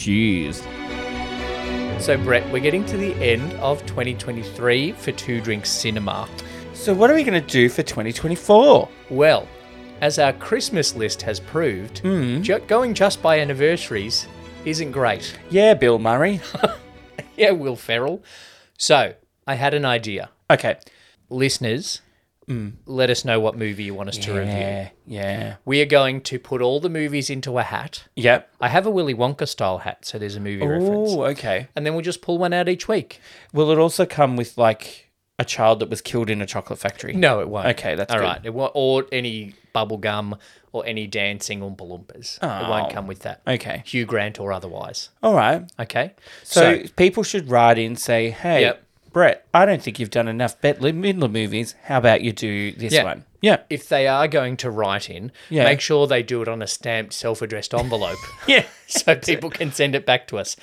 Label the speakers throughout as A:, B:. A: Cheers.
B: So, Brett, we're getting to the end of 2023 for Two Drink Cinema.
C: So, what are we going to do for 2024?
B: Well, as our Christmas list has proved, ju- going just by anniversaries isn't great.
C: Yeah, Bill Murray.
B: Yeah, Will Ferrell. So, I had an idea.
C: Okay.
B: Listeners, let us know what movie you want us to review.
C: Yeah, yeah.
B: We are going to put all the movies into a hat.
C: Yep.
B: I have a Willy Wonka style hat, so there's a movie reference.
C: Oh, okay.
B: And then we'll just pull one out each week.
C: Will it also come with like a child that was killed in a chocolate factory?
B: No, it won't.
C: Okay, that's
B: all
C: good.
B: right. It won't, or any bubble gum or any dancing Oompa Loompas. It won't come with that.
C: Oh, Okay.
B: Hugh Grant or otherwise.
C: All right.
B: Okay.
C: So, people should write in say, hey,
B: Yep.
C: Brett, I don't think you've done enough Bet Midler movies. How about you do this
B: Yeah.
C: one? Yeah.
B: if they are going to write in,
C: Yeah.
B: make sure they do it on a stamped, self-addressed envelope.
C: Yeah.
B: so people can send it back to us.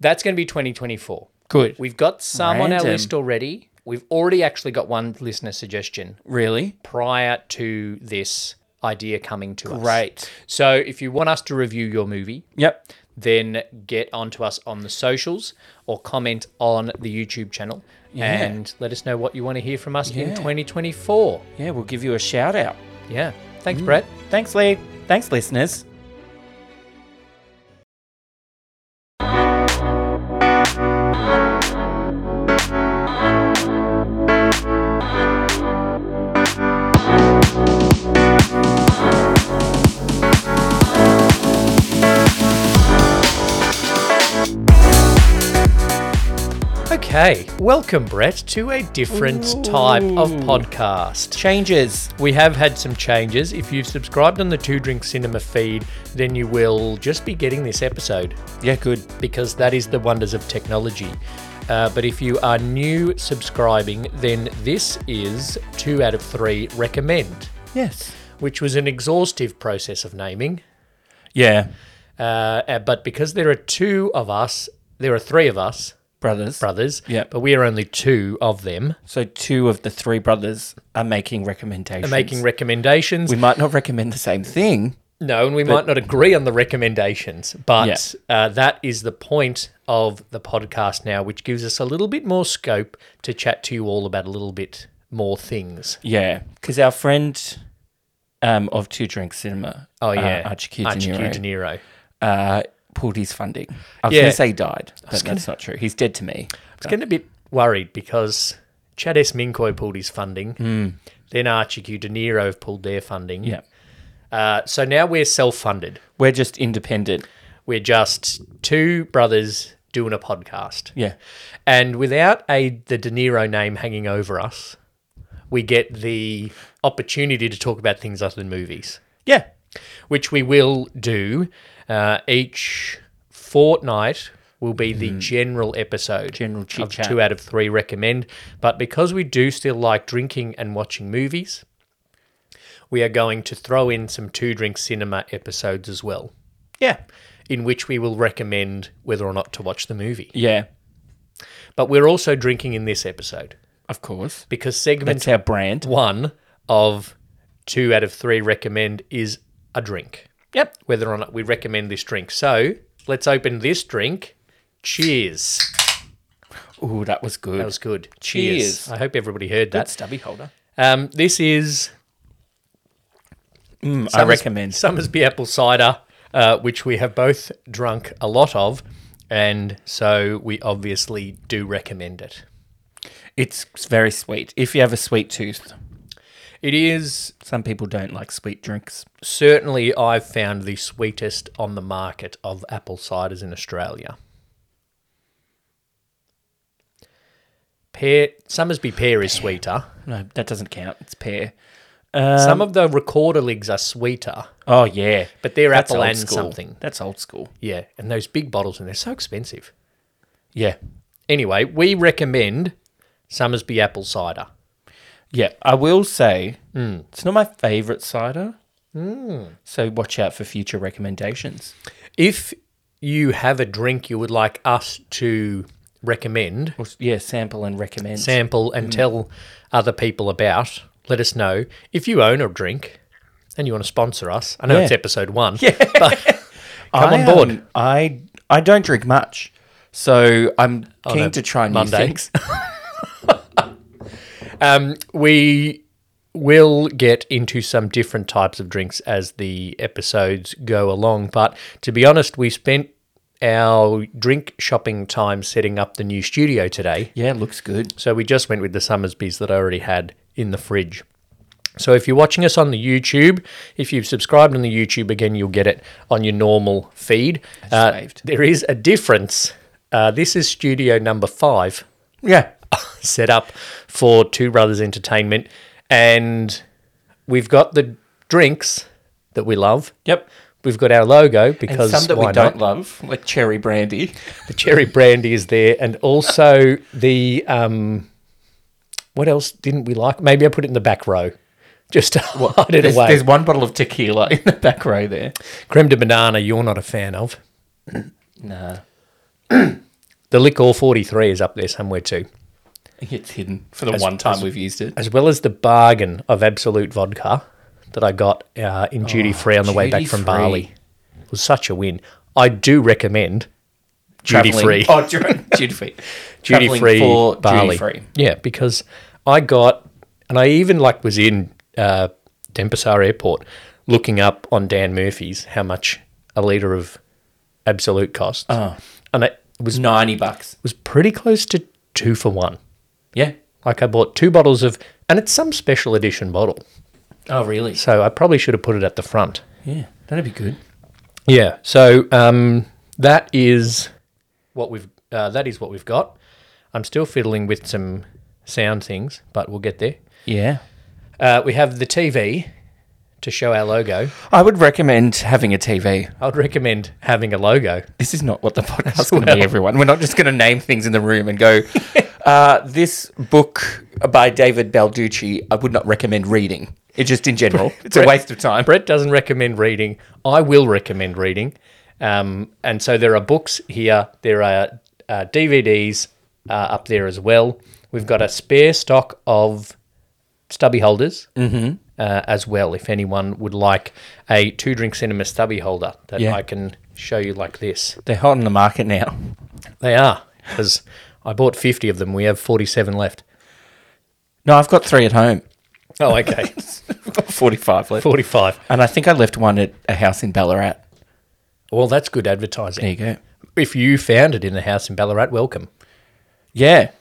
B: That's going to be 2024.
C: Good.
B: We've got some on
C: Random.
B: our list already. We've already actually got one listener suggestion
C: Really?
B: prior to this idea coming to us.
C: Great.
B: So if you want us to review your movie,
C: Yep.
B: then get onto us on the socials or comment on the YouTube channel and let us know what you want to hear from us in
C: Yeah.
B: 2024.
C: Yeah, we'll give you a shout out.
B: Yeah. Thanks, Brett.
C: Thanks, Lee. Thanks, listeners.
B: Okay, welcome, Brett, to a different type of podcast.
C: Changes.
B: We have had some changes. If you've subscribed on the Two Drink Cinema feed, then you will just be getting this episode
C: Yeah, good.
B: because that is the wonders of technology. Uh, but if you are new subscribing, then this is two out of three recommend,
C: Yes.
B: which was an exhaustive process of naming.
C: Yeah.
B: Uh, uh, but because there are two of us, there are three of us,
C: Brothers.
B: brothers,
C: Yeah.
B: but we are only two of them.
C: So two of the three brothers are making recommendations.
B: making recommendations.
C: we might not recommend the same thing.
B: no, and we might not agree on the recommendations, but uh, that is the point of the podcast now, which gives us a little bit more scope to chat to you all about a little bit more things.
C: Yeah. Because our friend um, of Two Drink Cinema,
B: Oh yeah,
C: uh, Archie Q. De
B: Archie eh? Q.
C: Niro,
B: De Niro.
C: uh, pulled his funding. I was
B: Yeah.
C: going to say he died, but that's not true. He's dead to me.
B: I was getting a bit worried because Chad S. Minkoy pulled his funding, then Archie Q. De Niro have pulled their funding.
C: Yeah.
B: Uh, so now we're self-funded.
C: We're just independent.
B: We're just two brothers doing a podcast.
C: Yeah.
B: And without a the De Niro name hanging over us, we get the opportunity to talk about things other than movies,
C: Yeah.
B: which we will do uh, each fortnight. Will be the general episode,
C: Mm. General
B: of
C: chit-chat.
B: two out of three recommend. But because we do still like drinking and watching movies, we are going to throw in some two drink cinema episodes as well,
C: Yeah.
B: in which we will recommend whether or not to watch the movie.
C: Yeah.
B: But we're also drinking in this episode
C: Of course.
B: because segment
C: That's our brand.
B: one of two out of three recommend is a drink,
C: Yep.
B: whether or not we recommend this drink. So let's open this drink. Cheers.
C: Ooh, that was good.
B: That was good.
C: Cheers.
B: I hope everybody heard
C: That's
B: that.
C: stubby holder.
B: Um, this is
C: Mm, I recommend.
B: Summersby apple cider, uh, which we have both drunk a lot of. And so we obviously do recommend it.
C: It's very sweet. If you have a sweet tooth,
B: It is
C: some people don't like sweet drinks.
B: certainly, I've found the sweetest on the market of apple ciders in Australia. Pear, Summersby pear is sweeter.
C: No, that doesn't count. It's pear.
B: Some of the recorder leagues are sweeter,
C: Oh yeah,
B: but they're
C: that's
B: apple
C: old
B: and
C: school.
B: something.
C: That's old school.
B: Yeah, and those big bottles, and they're so expensive.
C: Yeah,
B: Anyway, we recommend Summersby apple cider.
C: yeah. I will say it's not my favorite cider. Hmm. So watch out for future recommendations.
B: If you have a drink you would like us to recommend,
C: Or, yeah, sample and recommend.
B: sample
C: Mm.
B: and tell other people about. Let us know if you own a drink and you want to sponsor us. I know
C: Yeah.
B: it's episode one, but come
C: I,
B: on board.
C: um, I I don't drink much, so I'm keen
B: no,
C: to try new
B: Monday.
C: things.
B: Um, we will get into some different types of drinks as the episodes go along. But to be honest, we spent our drink shopping time setting up the new studio today.
C: yeah, looks good.
B: So we just went with the Summersbees that I already had in the fridge. So if you're watching us on the YouTube, if you've subscribed on the YouTube again, you'll get it on your normal feed. Uh,
C: saved.
B: there is a difference. Uh, this is studio number five
C: Yeah,
B: set up for Two Brothers Entertainment, and we've got the drinks that we love.
C: yep.
B: We've got our logo
C: And
B: because
C: some that we
B: why
C: don't
B: not?
C: love, like cherry brandy.
B: The cherry brandy is there, and also the um, what else didn't we like? Maybe I put it in the back row, just to hide it
C: There's,
B: away.
C: there's one bottle of tequila in the back row there.
B: Creme de banana, you're not a fan of.
C: Nah,
B: The liquor 43 is up there somewhere too,
C: it's hidden for the one time we've used it.
B: as well as the bargain of absolute vodka that I got uh, in duty free on the way back from
C: duty-free.
B: Bali. It was such a win. I do recommend duty
C: Travelling-
B: free.
C: Oh, duty free.
B: duty
C: Travelling
B: free
C: for
B: Bali.
C: duty-free.
B: Yeah, because I got, and I even like was in uh, Denpasar Airport looking up on Dan Murphy's how much a liter of absolute costs, and it was
C: It's ninety bucks.
B: was pretty close to two for one.
C: Yeah.
B: Like I bought two bottles of, and it's some special edition bottle,
C: Oh, really?
B: so I probably should have put it at the front.
C: Yeah, that'd be good.
B: Yeah. So um, that is what we've uh, that is what we've got. I'm still fiddling with some sound things, but we'll get there.
C: Yeah.
B: Uh, we have the TV to show our logo.
C: I would recommend having a TV.
B: I would recommend having a logo.
C: This is not what the podcast is going to be, everyone. We're not just going to name things in the room and go, uh, this book by David Balducci, I would not recommend reading. It just in general. It's a waste of time.
B: Brett doesn't recommend reading. I will recommend reading. Um, and so there are books here. There are uh, DVDs uh, up there as well. We've got a spare stock of stubby holders uh, as well. If anyone would like a two drink cinema stubby holder that
C: Yeah.
B: I can show you like this,
C: They're hot on the market now.
B: they are because I bought fifty of them. We have forty-seven left.
C: No, I've got three at home.
B: Oh, okay,
C: I've got 45 left.
B: forty-five.
C: And I think I left one at a house in Ballarat.
B: Well, that's good advertising.
C: There you go.
B: If you found it in the house in Ballarat, welcome.
C: Yeah.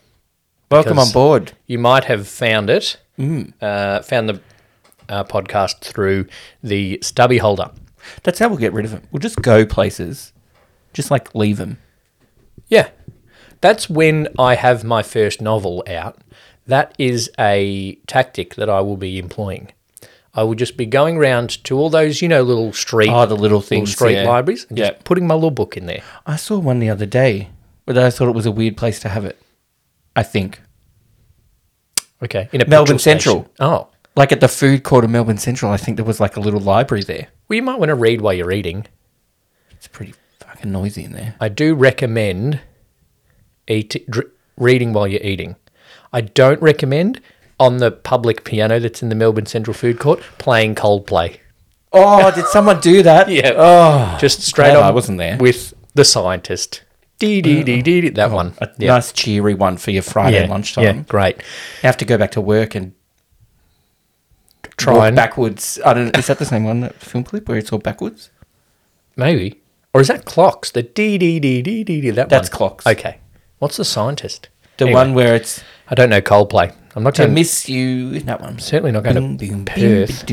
C: Welcome
B: Because-
C: on board.
B: you might have found it,
C: Mm.
B: uh, found the uh, podcast through the stubby holder.
C: That's how we'll get rid of them. We'll just go places, just like leave them.
B: Yeah. That's when I have my first novel out. That is a tactic that I will be employing. I will just be going round to all those, you know, little street,
C: Oh, the little
B: little
C: things.
B: street
C: yeah.
B: libraries and
C: Yeah.
B: just putting my little book in there.
C: I saw one the other day, but I thought it was a weird place to have it. I think.
B: Okay. In a
C: Melbourne
B: petrol station.
C: Central.
B: Oh.
C: Like at the food court of Melbourne Central, I think there was like a little library there.
B: Well, you might want to read while you're eating.
C: It's pretty fucking noisy in there.
B: I do recommend eat, dr- reading while you're eating. I don't recommend on the public piano that's in the Melbourne Central Food Court playing Coldplay.
C: Oh, did someone do that?
B: Yeah.
C: Oh,
B: Just straight
C: glad
B: on.
C: I wasn't there. Oh,
B: With the scientist. Dee dee dee dee. dee, That one.
C: a nice cheery one for your Friday lunchtime.
B: Yeah, great.
C: You have to go back to work and
B: Try
C: walk
B: and
C: backwards. I don't. Is that the same one that film clip where it's all backwards?
B: maybe, or is that clocks? The dee dee dee dee dee. dee that
C: That's
B: one.
C: clocks.
B: Okay. What's the scientist?
C: The
B: Anyway,
C: one where it's
B: I don't know Coldplay. I'm not
C: to
B: going.
C: miss you. That one.
B: certainly not going to Perth.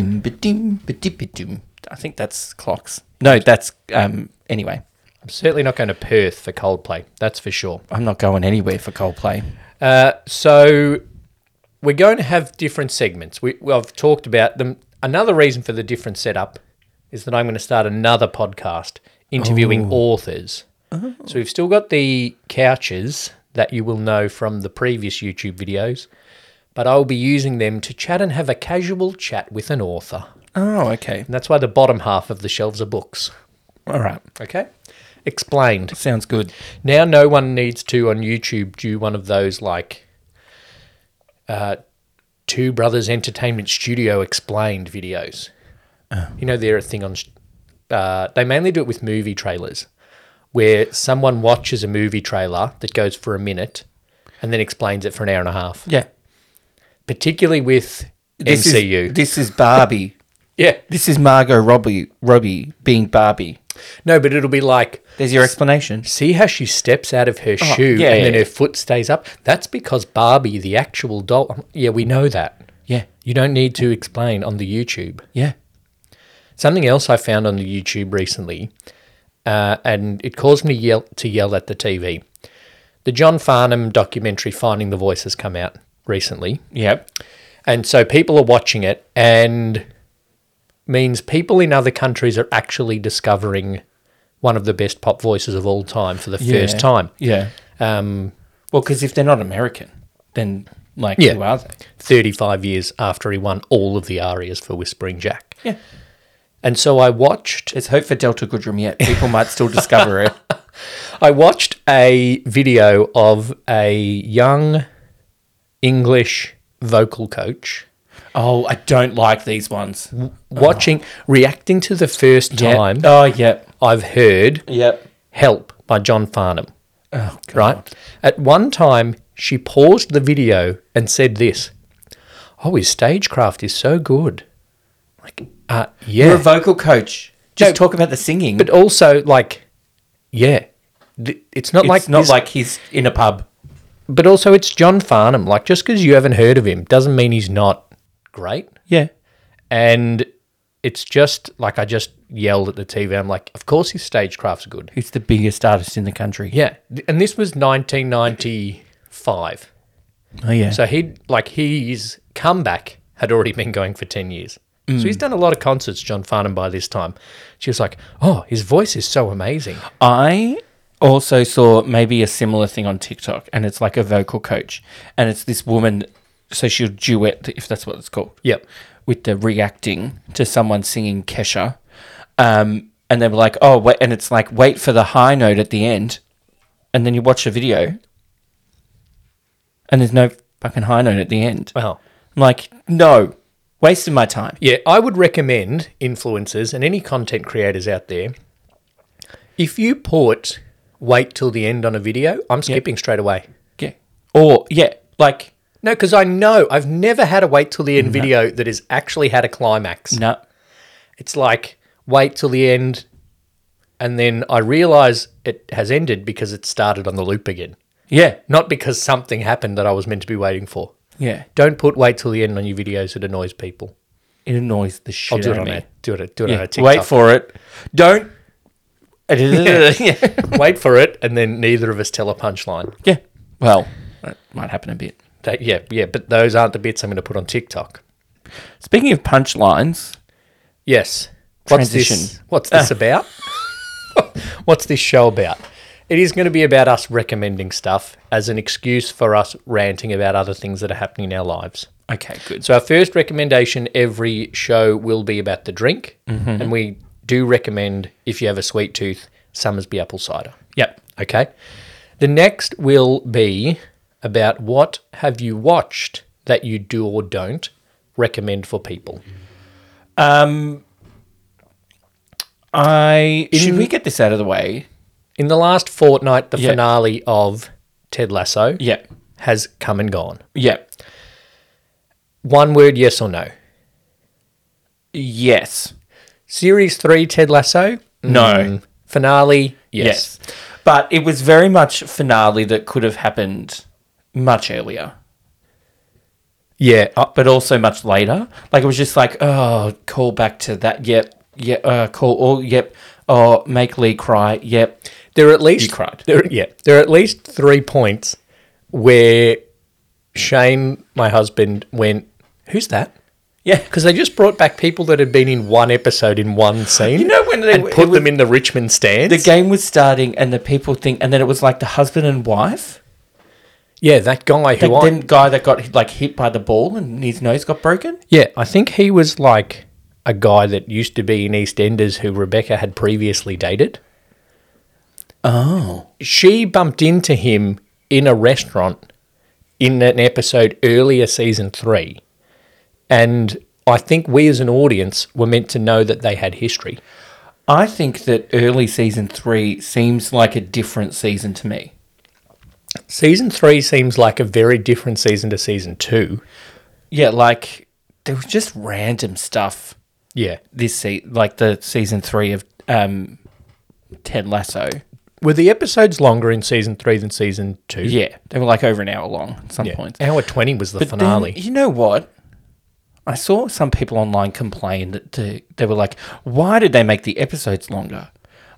C: I think that's clocks. No, that's um. Anyway,
B: I'm certainly not going to Perth for Coldplay. That's for sure.
C: I'm not going anywhere for Coldplay.
B: Uh, so we're going to have different segments. We, well, I've talked about them. Another reason for the different setup is that I'm going to start another podcast interviewing authors. So we've still got the couches that you will know from the previous YouTube videos, but I'll be using them to chat and have a casual chat with an author.
C: Oh, okay.
B: And that's why the bottom half of the shelves are books.
C: All right.
B: Okay? Explained.
C: Sounds good.
B: Now, no one needs to on YouTube do one of those like uh, Two Brothers Entertainment Studio Explained uh, videos. You know, they're a thing on. s- Uh, they mainly do it with movie trailers where someone watches a movie trailer that goes for a minute and then explains it for an hour and a half,
C: Yeah.
B: particularly with
C: This
B: MCU.
C: Is, this is Barbie.
B: yeah.
C: this is Margot Robbie, Robbie being Barbie.
B: No, but it'll be like,
C: There's your explanation.
B: see how she steps out of her shoe
C: Oh, yeah,
B: and
C: yeah,
B: then
C: yeah.
B: her foot stays up? That's because Barbie, the actual doll. Yeah, we know that.
C: Yeah.
B: You don't need to explain on the YouTube.
C: Yeah.
B: Something else I found on the YouTube recently, uh, and it caused me yell- to yell at the TV. The John Farnham documentary, Finding the Voice, has come out recently.
C: Yep.
B: And so people are watching it, and means people in other countries are actually discovering one of the best pop voices of all time for the first time.
C: Yeah.
B: Um,
C: Well, because if they're not American, then like
B: Yeah.
C: who are they?
B: 35 years after he won all of the arias for Whispering Jack.
C: Yeah.
B: And so I watched
C: There's hope for Delta Goodrum yet. People might still discover it.
B: I watched a video of a young English vocal coach
C: Oh, I don't like these ones.
B: watching, reacting to the first
C: Yeah.
B: time
C: Oh, yep.
B: I've heard
C: Yep.
B: Help by John Farnham.
C: Oh, God.
B: Right? At one time, she paused the video and said this Oh, his stagecraft is so good. Like, uh, yeah.
C: You're a vocal coach. Just
B: No,
C: talk about the singing.
B: but also, like, yeah. Th- It's not
C: it's
B: like
C: not
B: this-
C: like he's in a pub.
B: but also it's John Farnham. Like just because you haven't heard of him doesn't mean he's not great.
C: Yeah.
B: And it's just like I just yelled at the TV. I'm like, of course his stagecraft's good.
C: Who's the biggest artist in the country?
B: Yeah, and this was 1995.
C: Oh, yeah.
B: So he like his comeback had already been going for 10 years. So he's done a lot of concerts, John Farnham, by this time. She was like, oh, his voice is so amazing.
C: I also saw maybe a similar thing on TikTok, and it's like a vocal coach, and it's this woman. So she'll duet, if that's what it's called.
B: Yep.
C: With the reacting to someone singing Kesha, um, and they were like, "Oh, wait," and it's like, "Wait for the high note at the end," and then you watch the video, and there's no fucking high note at the end.
B: Wow.
C: I'm like, no, wasting my time.
B: Yeah, I would recommend influencers and any content creators out there. If you put wait till the end on a video, I'm skipping straight away.
C: Yeah. Or yeah, like
B: No, because I know I've never had a wait till the end video that has actually had a climax.
C: no.
B: It's like wait till the end, and then I realize it has ended because it started on the loop again,
C: Yeah.
B: not because something happened that I was meant to be waiting for.
C: Yeah.
B: Don't put wait till the end on your videos; it annoys people.
C: It annoys the shit
B: I'll do
C: out
B: it
C: of
B: on
C: me.
B: a do it do it on a
C: Yeah,
B: TikTok.
C: Wait for it. Don't. yeah.
B: wait for it, and then neither of us tell a punchline.
C: yeah. Well, that might happen a bit.
B: That, yeah, yeah, but those aren't the bits I'm going to put on TikTok.
C: Speaking of punchlines,
B: Yes. What's this?
C: Transition.
B: What's this about? what's this show about? It is going to be about us recommending stuff as an excuse for us ranting about other things that are happening in our lives.
C: okay, good.
B: So our first recommendation every show will be about the drink, and we do recommend if you have a sweet tooth, Summersby apple cider.
C: Yep.
B: Okay. The next will be about what have you watched that you do or don't recommend for people.
C: Um, I should we get this out of the way?
B: In the last fortnight, the
C: Yeah.
B: finale of Ted Lasso
C: Yeah.
B: has come and gone.
C: Yeah.
B: One word, yes or no.
C: Yes.
B: Series three, Ted Lasso? Mm.
C: No.
B: Finale, yes.
C: Yes. But it was very much finale that could have happened much earlier,
B: Yeah.
C: uh, but also much later. Like it was just like, oh, call back to that. Yep. Yeah. Uh, call. Oh, yep. Oh, make Lee cry. Yep.
B: There are at least
C: You cried.
B: There, yeah, there are at least three points where Shane, my husband, went, "Who's that?"
C: Yeah.
B: because they just brought back people that had been in one episode in one scene. You
C: know when they-
B: and
C: it
B: put
C: was-
B: them in the Richmond stands.
C: the game was starting and the people think and then it was like the husband and wife
B: yeah, that guy who
C: like
B: I
C: then guy that got like hit by the ball and his nose got broken
B: Yeah, I think he was like a guy that used to be in EastEnders who Rebecca had previously dated.
C: oh
B: She bumped into him in a restaurant in an episode earlier, season three. And I think we as an audience were meant to know that they had history.
C: I think that early season three seems like a different season to me.
B: Season three seems like a very different season to season two.
C: Yeah, like there was just random stuff
B: Yeah.
C: this season, like the season three of um, Ted Lasso.
B: Were the episodes longer in season three than season two?
C: Yeah, they were like over an hour long at some
B: Yeah.
C: points.
B: Hour 20 was the
C: But then,
B: finale.
C: you know what? I saw some people online complain that the, they were like, why did they make the episodes longer?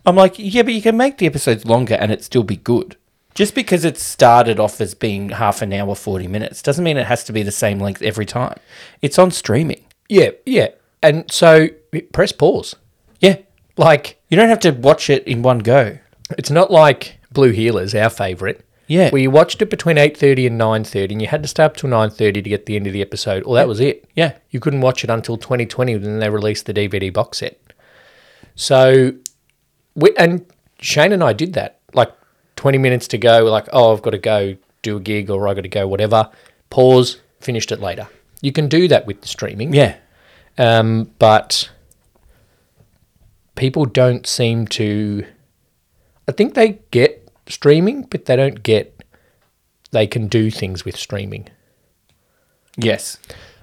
C: I'm like, yeah, but you can make the episodes longer and it still be good. Just because it started off as being half an hour, 40 minutes, doesn't mean it has to be the same length every time. It's on streaming.
B: yeah, yeah. And so press pause.
C: Yeah.
B: Like,
C: You don't have to watch it in one go.
B: it's not like Blue Healers, our favourite.
C: Yeah.
B: Where you watched it between 8.30 and 9.30 and you had to stay up till 9.30 to get the end of the episode. Well, that was it.
C: Yeah.
B: You couldn't watch it until 2020 when they released the DVD box set. So, we, and Shane and I did that. Like 20 minutes to go, we're like, oh, I've got to go do a gig or I've got to go whatever. Pause, finished it later. You can do that with streaming.
C: Yeah.
B: Um, but people don't seem to. I think they get streaming, but they don't get they can do things with streaming.
C: Yes.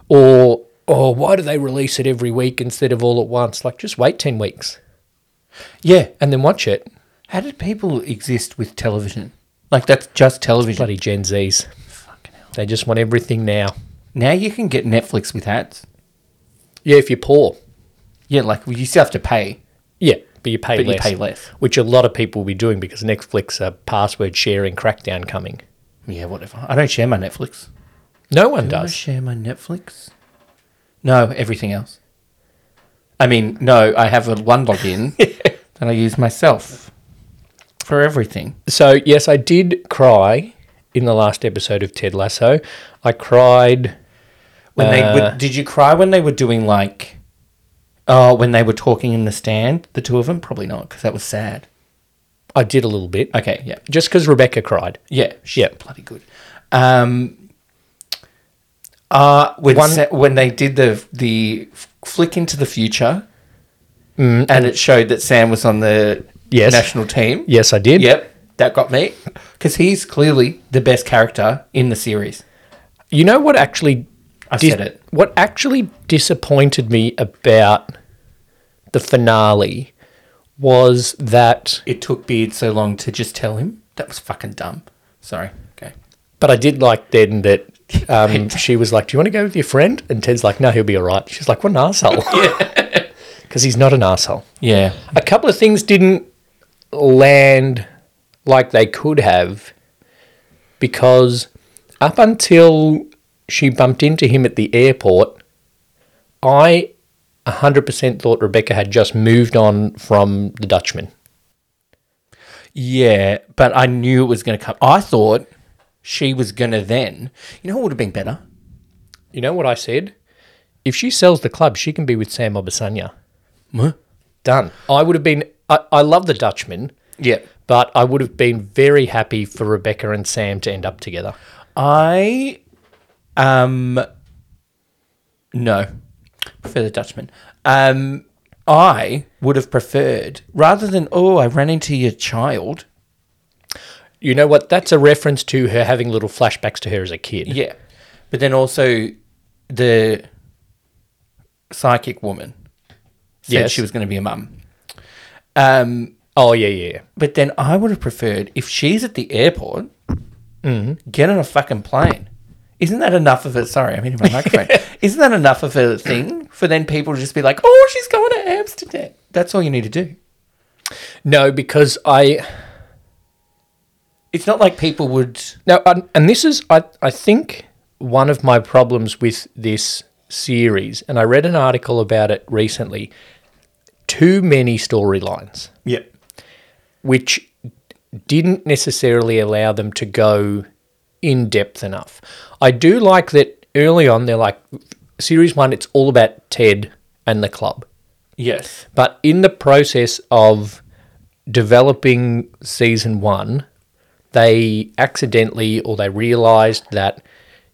B: Or or why do they release it every week instead of all at once? Like just wait ten weeks
C: Yeah.
B: and then watch it.
C: How did people exist with television? Like, that's just television.
B: Bloody Gen Zs. They just want everything now.
C: Now you can get Netflix with ads.
B: Yeah, if you're poor.
C: Yeah, like well, you still have to pay,
B: Yeah, but you pay
C: but
B: less.
C: you pay less.
B: Which a lot of people will be doing because Netflix a password sharing crackdown coming.
C: Yeah, whatever. I don't share my Netflix.
B: No one
C: Do I
B: does.
C: share my Netflix? No, everything else. I mean, no, I have a one login that I use myself for everything.
B: So yes, I did cry in the last episode of Ted Lasso. I cried.
C: When they
B: Uh,
C: were, did you cry when they were doing like, oh, when they were talking in the stand, the two of them? Probably not, because that was sad.
B: I did a little bit,
C: Okay, yeah,
B: just because Rebecca cried.
C: yeah, she's
B: Yeah.
C: bloody good. Um, uh, when
B: One-
C: sa- when they did the the flick into the future, Mm, and it showed that Sam was on the
B: Yes.
C: national team.
B: Yes, I did.
C: Yep, that got me because he's clearly the best character in the series.
B: You know what actually?
C: I said it.
B: What actually disappointed me about the finale was that.
C: It took Beard so long to just tell him that was fucking dumb. Sorry. Okay.
B: But I did like then that. Um, she was like, "Do you want to go with your friend?" And Ted's like, "No, he'll be all right." She's like, "What an asshole!" Because he's not an asshole.
C: Yeah.
B: a couple of things didn't land like they could have because up until she bumped into him at the airport, I 100% thought Rebecca had just moved on from the Dutchman.
C: Yeah, but I knew it was going to come. I thought she was going to then. You know what would have been better?
B: You know what I said? If she sells the club, she can be with Sam Obasanya. Done. I would have been. I, I love the Dutchman,
C: Yeah.
B: but I would have been very happy for Rebecca and Sam to end up together.
C: I um no. Prefer the Dutchman. Um I would have preferred rather than oh I ran into your child.
B: You know what? That's a reference to her having little flashbacks to her as a kid.
C: Yeah. But then also the psychic woman said
B: Yes.
C: she was going to be a mum. Um
B: Oh, yeah, yeah, yeah.
C: But then I would have preferred if she's at the airport, get on a fucking plane. Isn't that enough of a sorry, I'm hitting my microphone. Isn't that enough of a thing for then people to just be like, Oh, she's going to Amsterdam? That's all you need to do.
B: No, because I.
C: It's not like people would
B: No, and and this is, I, I think, one of my problems with this series, and I read an article about it recently. Too many storylines,
C: Yeah.
B: which didn't necessarily allow them to go in depth enough. I do like that early on, they're like, series one, it's all about Ted and the club.
C: Yes.
B: But in the process of developing season one, they accidentally or they realized that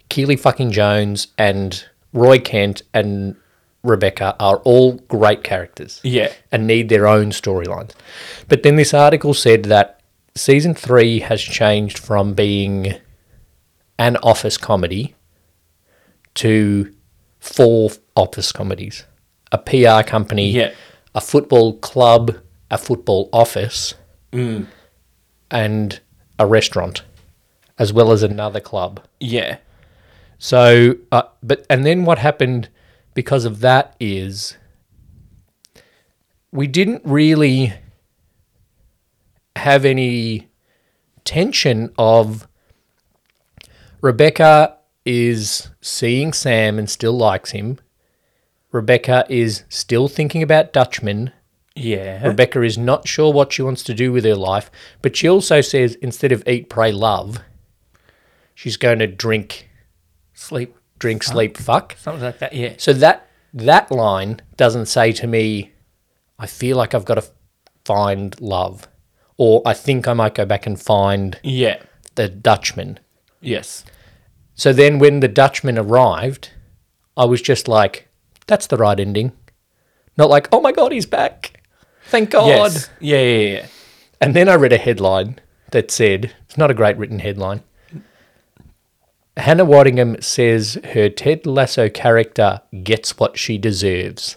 B: Keely fucking Jones and Roy Kent and Rebecca are all great characters
C: Yeah.
B: and need their own storylines. But then this article said that season three has changed from being an office comedy to four office comedies a PR company,
C: Yeah.
B: a football club, a football office, and a restaurant, as well as another club.
C: Yeah.
B: So, uh, but and then what happened because of that is we didn't really have any tension of Rebecca is seeing Sam and still likes him. Rebecca is still thinking about Dutchman.
C: Yeah.
B: Rebecca is not sure what she wants to do with her life, but she also says instead of eat, pray, love, she's going to drink,
C: Sleep.
B: drink, sleep, fuck.
C: Something like that. Yeah.
B: So that that line doesn't say to me, I feel like I've got to find love, or I think I might go back and find
C: Yeah.
B: the Dutchman.
C: Yes.
B: So then when the Dutchman arrived, I was just like, that's the right ending. Not like, oh my God, he's back. Thank God.
C: Yes. Yeah, yeah, yeah.
B: And then I read a headline that said, it's not a great written headline. Hannah Waddingham says her Ted Lasso character gets what she deserves.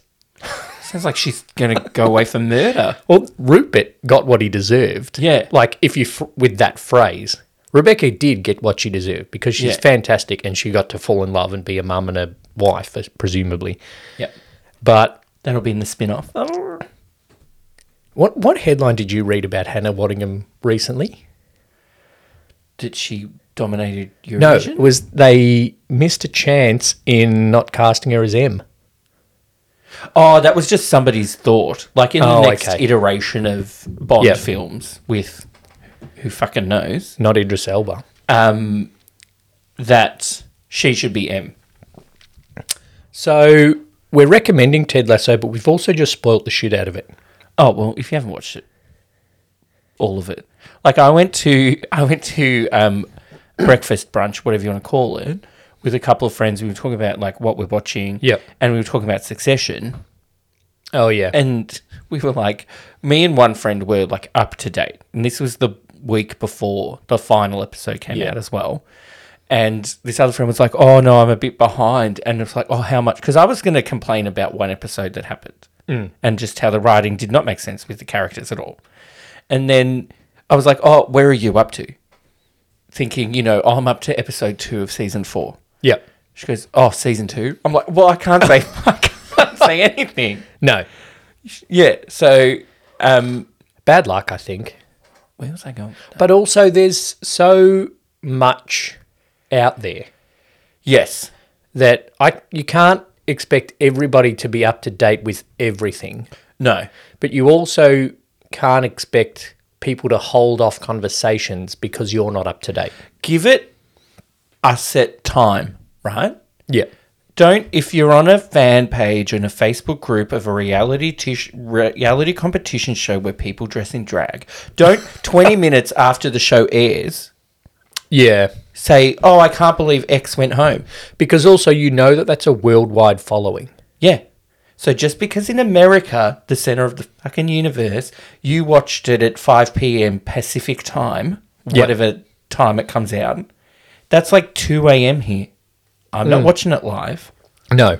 C: Sounds like she's going to go away for murder.
B: Well, Rupert got what he deserved.
C: Yeah.
B: Like, if you, f- with that phrase, Rebecca did get what she deserved because she's
C: Yeah.
B: fantastic and she got to fall in love and be a mum and a wife, presumably.
C: Yeah.
B: But
C: That'll be in the spin off.
B: what, what headline did you read about Hannah Waddingham recently?
C: Did she dominate
B: No,
C: Eurovision?
B: it was they missed a chance in not casting her as M.
C: Oh, that was just somebody's thought. Like in
B: Oh,
C: the next
B: okay.
C: iteration of Bond
B: Yeah.
C: films with who fucking knows
B: not Idris Elba.
C: that she should be M.
B: So we're recommending Ted Lasso, but we've also just spoilt the shit out of it.
C: Oh well, if you haven't watched it, all of it. Like I went to I went to um, breakfast brunch, whatever you want to call it, with a couple of friends. We were talking about like what we're watching.
B: Yep.
C: and we were talking about Succession.
B: Oh yeah,
C: and we were like, me and one friend were like up to date, and this was the week before the final episode came
B: Yeah.
C: out as well. And this other friend was like, "Oh no, I'm a bit behind," and it's like, "Oh, how much?" Because I was going to complain about one episode that happened and just how the writing did not make sense with the characters at all. And then I was like, "Oh, where are you up to?" Thinking, you know, oh, I'm up to episode two of season four.
B: yeah.
C: She goes, "Oh, season two? I'm like, "Well, I can't say, I can't say anything."
B: No,
C: Yeah. So, um,
B: bad luck, I think.
C: where was I going?
B: But also, there's so much out there
C: Yes.
B: that I you can't expect everybody to be up to date with everything,
C: No.
B: but you also can't expect people to hold off conversations because you're not up to date.
C: Give it a set time, right?
B: Yeah.
C: Don't if you're on a fan page and a Facebook group of a reality tish, reality competition show where people dress in drag. Don't 20 minutes after the show airs
B: Yeah.
C: say, "Oh, I can't believe X went home."
B: Because also you know that that's a worldwide following.
C: Yeah. So just because in America, the center of the fucking universe, you watched it at 5 p.m. Pacific time,
B: Yeah.
C: whatever time it comes out, that's like 2 a.m. here. I'm not watching it live.
B: No.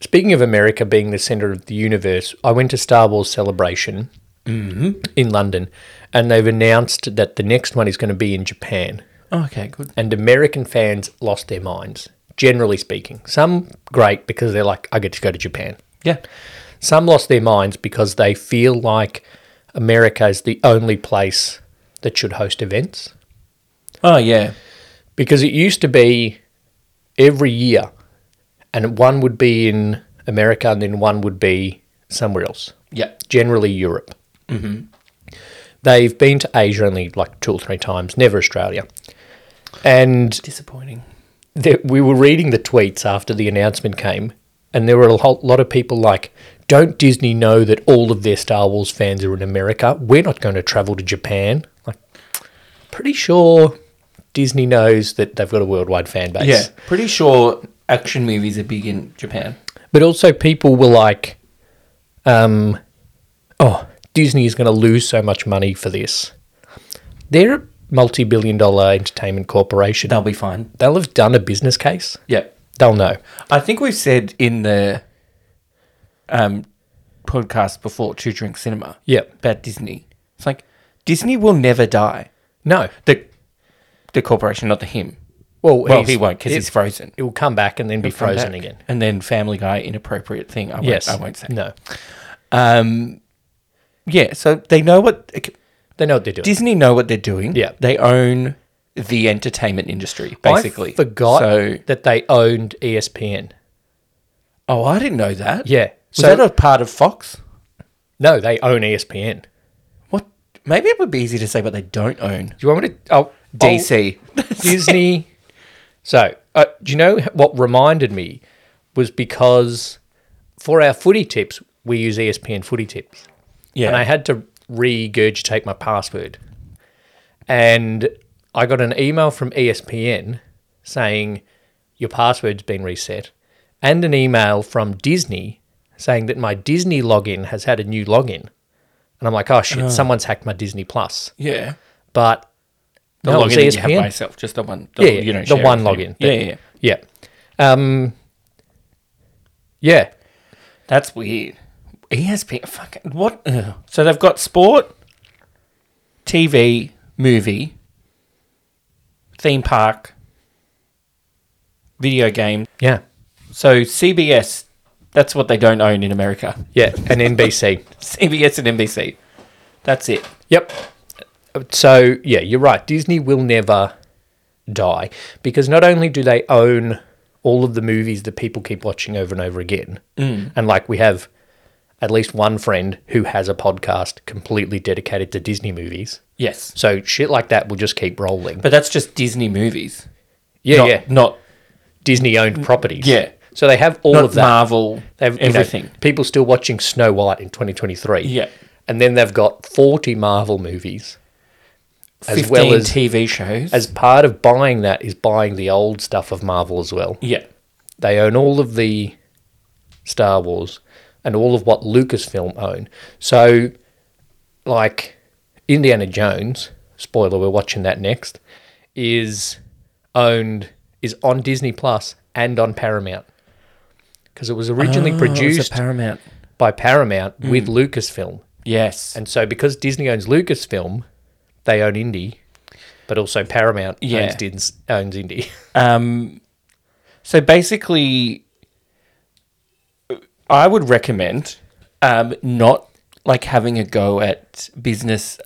B: Speaking of America being the center of the universe, I went to Star Wars Celebration in London, and they've announced that the next one is going to be in Japan.
C: Oh, okay, good.
B: And American fans lost their minds, generally speaking. Some great because they're like, I get to go to Japan.
C: Yeah.
B: Some lost their minds because they feel like America is the only place that should host events.
C: Oh, yeah.
B: because it used to be every year, and one would be in America and then one would be somewhere else,
C: Yeah.
B: generally Europe. Mm-hmm. They've been to Asia only like two or three times, never Australia. And
C: Disappointing.
B: there, we were reading the tweets after the announcement came, and there were a whole lot of people like, "Don't Disney know that all of their Star Wars fans are in America? We're not going to travel to Japan." Like, pretty sure Disney knows that they've got a worldwide fan base.
C: Yeah. Pretty sure action movies are big in Japan.
B: But also, people were like, um, oh, Disney is going to lose so much money for this. They're a multi billion dollar entertainment corporation.
C: They'll be fine.
B: They'll have done a business case.
C: Yep.
B: They'll know.
C: I think we've said in the um, podcast before, Two Drink Cinema,
B: Yep.
C: about Disney. It's like Disney will never die.
B: No.
C: The the corporation, not the him.
B: Well,
C: Well,
B: he's-
C: he won't because
B: it-
C: he's frozen.
B: It will come back and then be
C: Come
B: frozen
C: back.
B: again.
C: And then Family Guy inappropriate thing. I won't,
B: Yes.
C: I won't say.
B: No.
C: Um, yeah. So they know what
B: They know what they're doing.
C: Disney know what they're doing.
B: Yeah.
C: They own the entertainment industry basically.
B: I forgot
C: So
B: that they owned E ESPN.
C: oh, I didn't know that.
B: Yeah.
C: Was
B: So
C: that a part of Fox?
B: no, they own E ESPN.
C: What? Maybe it would be easy to say what they don't own.
B: Do you want me to? Oh,
C: DC.
B: oh, Disney. So, uh, do you know what reminded me was because for our footy tips we use E ESPN footy tips,
C: yeah.
B: and I had to regurgitate my password, and I got an email from E ESPN saying your password's been reset, and an email from Disney saying that my Disney login has had a new login, and I'm like, oh shit, someone's hacked my Disney Plus,
C: yeah. E
B: but
C: The
B: no, it was E
C: login that you have
B: ESPN.
C: by yourself, just the one. The,
B: yeah,
C: you don't
B: the
C: share
B: one
C: with anyone.
B: login.
C: Yeah, yeah, yeah.
B: Yeah. Um, yeah.
C: That's weird. E ESPN. Fucking what? Ugh. So they've got sport, TV, movie, theme park, video game.
B: Yeah.
C: So CBS. That's what they don't own in America.
B: Yeah. And NBC.
C: CBS and NBC. That's it.
B: yep. So, yeah, you're right. Disney will never die because not only do they own all of the movies that people keep watching over and over again,
C: Mm.
B: and like we have at least one friend who has a podcast completely dedicated to Disney movies.
C: Yes.
B: So, shit like that will just keep rolling.
C: But that's just Disney movies.
B: yeah,
C: not,
B: yeah.
C: Not
B: Disney owned properties.
C: Yeah.
B: So they have all
C: not
B: of that.
C: Marvel.
B: They've everything.
C: everything.
B: people still watching Snow White in 2023.
C: Yeah.
B: and then they've got 40 Marvel movies, as
C: 15
B: well as
C: TV shows.
B: as part of buying that is buying the old stuff of Marvel as well.
C: yeah.
B: They own all of the Star Wars and all of what Lucasfilm own. So, like Indiana Jones, spoiler, we're watching that next, is owned is on Disney Plus and on Paramount because it was originally
C: Oh,
B: produced
C: Paramount.
B: by Paramount with Lucasfilm.
C: Yes.
B: And so because Disney owns Lucasfilm, they own Indy, but also Paramount
C: Yeah.
B: owns, Dis- owns Indy.
C: Um, so basically, I would recommend um, not like having a go at business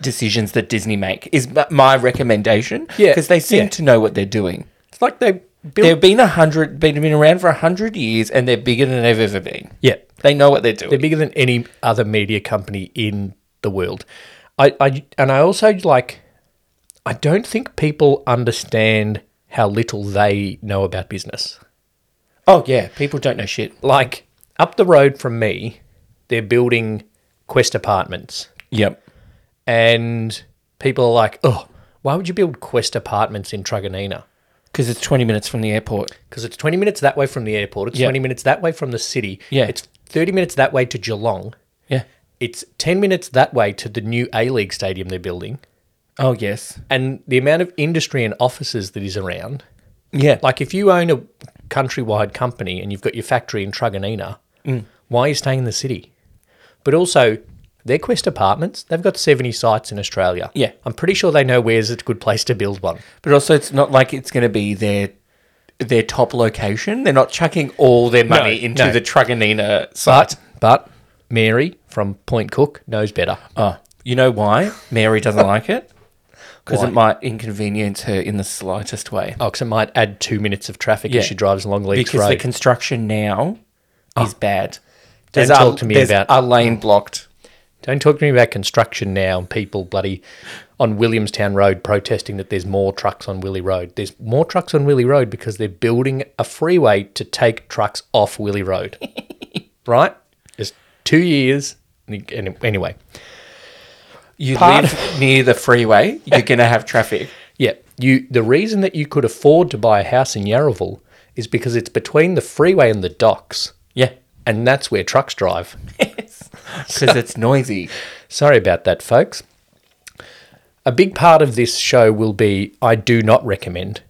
C: decisions that Disney make is m- my recommendation.
B: Yeah,
C: because they seem
B: yeah.
C: to know what they're doing.
B: It's like they
C: They've been a hundred, been been around for a hundred years, and they're bigger than they've ever been.
B: yeah,
C: They know what they're doing.
B: they're bigger than any other media company in the world. I, I and I also like I don't think people understand how little they know about business.
C: oh yeah, people don't know shit.
B: Like up the road from me, they're building Quest apartments.
C: Yep.
B: and people are like, "Oh, why would you build Quest apartments in Truganina?
C: Because it's twenty minutes from the airport.
B: Because it's 20 minutes that way from the airport. It's
C: Yeah.
B: 20 minutes that way from the city.
C: Yeah.
B: It's 30 minutes that way to Geelong.
C: Yeah.
B: It's 10 minutes that way to the new A League stadium they're building.
C: Oh yes.
B: And the amount of industry and offices that is around.
C: Yeah.
B: Like, if you own a countrywide company and you've got your factory in Truganina,
C: Mm.
B: why are you staying in the city? But also, their Quest apartments, they've got 70 sites in Australia.
C: Yeah.
B: I'm pretty sure they know where's a good place to build one.
C: But also, it's not like it's going to be their their top location. They're not chucking all their money
B: No,
C: into
B: no.
C: the Truganina site.
B: But but Mary from Point Cook knows better.
C: oh, you know why Mary doesn't like it? Because
B: Why?
C: it might inconvenience her in the slightest way.
B: Oh, 'cause it might add two minutes of traffic
C: Yeah.
B: as she drives along Leaks
C: Because the
B: Road.
C: construction now is bad.
B: Don't
C: a-
B: talk to me
C: Oh. there's
B: about-
C: a lane blocked.
B: Don't talk to me about construction now and people bloody on Williamstown Road protesting that there's more trucks on Willie Road. There's more trucks on Willie Road because they're building a freeway to take trucks off Willie Road. right? It's two years. Any- Anyway,
C: You
B: Part-
C: live near the freeway, you're going to have traffic.
B: yeah. You the reason that you could afford to buy a house in Yarraville is because it's between the freeway and the docks,
C: Yeah.
B: and that's where trucks drive.
C: Because it's noisy.
B: Sorry about that, folks. A big part of this show will be I do not recommend,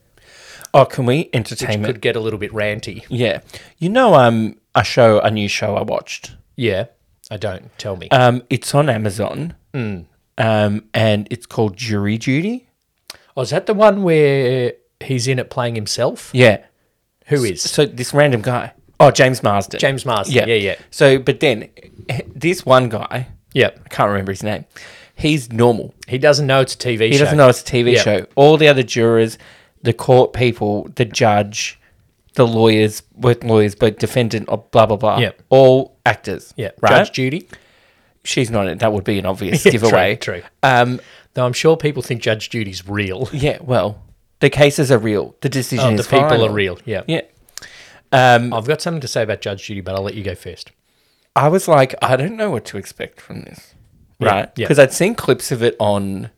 C: Oh, can we
B: which
C: entertainment?
B: could get a little bit ranty.
C: Yeah. You know, um, a show, a new show I watched.
B: Yeah, I don't. Tell me.
C: Um, it's on Amazon.
B: Hmm.
C: Um, and it's called Jury Duty.
B: oh, is that the one where he's in it playing himself?
C: Yeah.
B: Who is?
C: So this random guy. Oh, James Marsden.
B: James Marsden. Yeah, yeah.
C: So, but then eh, this one guy,
B: Yeah.
C: I can't remember his name. He's normal.
B: He doesn't know it's a TV show.
C: He doesn't know it's a TV
B: Yeah.
C: show. All the other jurors, the court people, the judge, the lawyers, both lawyers, but defendant, or blah blah blah.
B: Yeah.
C: All actors.
B: Yeah.
C: Right.
B: Judge Judy.
C: She's not in it. That would be an obvious
B: Yeah,
C: giveaway.
B: True. true.
C: Um.
B: Though I'm sure people think Judge Judy's real.
C: Yeah. Well, the cases are real. The decision
B: Oh,
C: is
B: the people
C: final.
B: are real. Yeah.
C: Yeah. Um.
B: I've got something to say about Judge Judy, but I'll let you go first.
C: I was like, I don't know what to expect from this.
B: Yeah,
C: Right.
B: yeah.
C: Because I'd seen clips of it on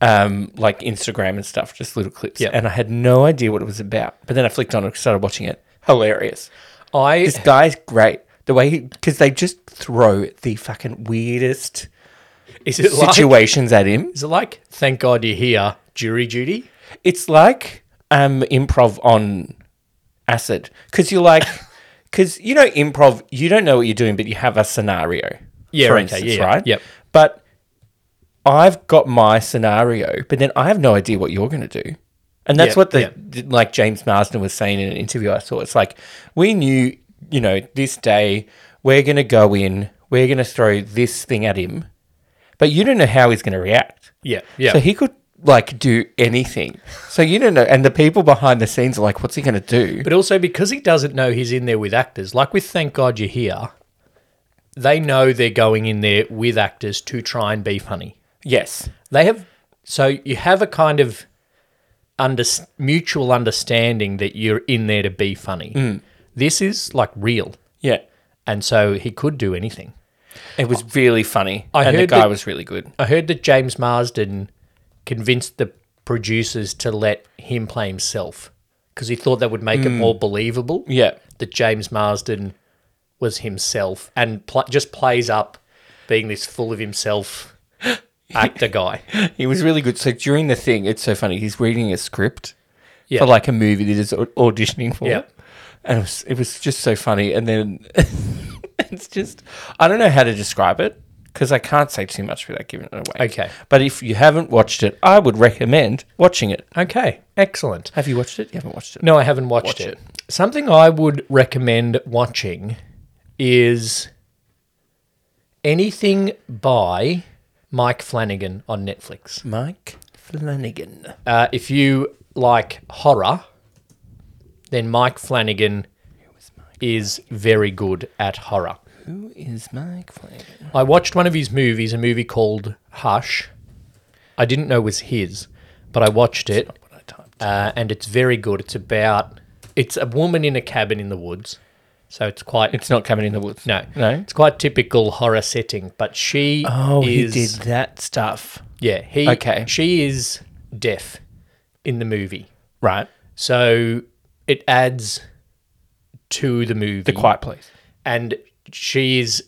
C: um like Instagram and stuff, just little clips.
B: Yeah.
C: And I had no idea what it was about. But then I flicked on and started watching it. Hilarious.
B: I
C: This guy's great. The way he because they just throw the fucking weirdest
B: is it like
C: situations at him.
B: is it like thank God you're here, jury duty?
C: It's like um improv on acid. Cause you're like because you know improv, you don't know what you're doing, but you have a scenario.
B: Yeah,
C: for
B: okay,
C: instance,
B: yeah, yeah,
C: right?
B: yep.
C: But I've got my scenario, but then I have no idea what you're going to do. And that's
B: Yeah,
C: what the
B: yeah.
C: th- like James Marsden was saying in an interview I saw. It's like we knew, you know, this day we're going to go in, we're going to throw this thing at him, but you don't know how he's going to react.
B: Yeah, yeah.
C: So he could like do anything. So you don't know, and the people behind the scenes are like, "What's he going to do?"
B: but also because he doesn't know he's in there with actors, like with Thank God You're Here, they know they're going in there with actors to try and be funny.
C: yes,
B: They have so you have a kind of under, mutual understanding that you're in there to be funny.
C: Mm.
B: This is like real,
C: yeah,
B: and so he could do anything.
C: it was really funny,
B: I
C: and the
B: heard
C: guy
B: that-
C: was really good.
B: I heard that James Marsden convinced the producers to let him play himself because he thought that would make
C: Mm.
B: it more believable
C: Yeah,
B: that James Marsden was himself and pl- just plays up being this full of himself actor guy.
C: He was really good. So during the thing, it's so funny. He's reading a script
B: Yeah.
C: for like a movie that he's au- auditioning for.
B: Yeah.
C: And it was, it was just so funny. And then it's just, I don't know how to describe it because I can't say too much without giving it away.
B: Okay.
C: But if you haven't watched it, I would recommend watching it.
B: Okay, excellent.
C: Have you watched it? You haven't watched it.
B: No, I haven't
C: Watch
B: watched it. Something I would recommend watching is anything by Mike Flanagan on Netflix.
C: Mike Flanagan.
B: Uh, if you like horror, then Mike Flanagan is very good at horror.
C: Who is Mike Flanagan?
B: I watched one of his movies, a movie called Hush. I didn't know it was his, but I watched it,
C: What I typed.
B: uh, and it's very good. It's about it's a woman in a cabin in the woods, so it's quite
C: It's not coming in the woods.
B: no
C: No.
B: It's quite typical horror setting, but she
C: Oh,
B: is
C: he did that stuff.
B: yeah he
C: Okay.
B: she is deaf in the movie.
C: Right.
B: So it adds to the movie.
C: The Quiet Place.
B: and she is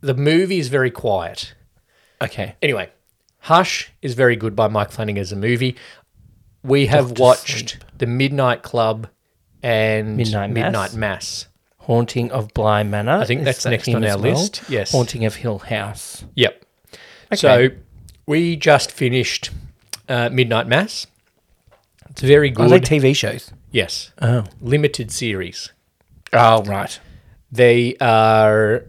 B: the movie is very quiet.
C: Okay.
B: Anyway, Hush is very good by Mike Flanagan as a movie. We have watched The Midnight Club and
C: Midnight Mass.
B: Mass.
C: Haunting of Bly Manor. I
B: think that's next on our list, yes.
C: Haunting of Hill House.
B: Yep. So we just finished uh, Midnight Mass. It's very
C: Oh,
B: good.
C: TV shows.
B: yes.
C: Oh.
B: Limited series.
C: Oh, right.
B: They are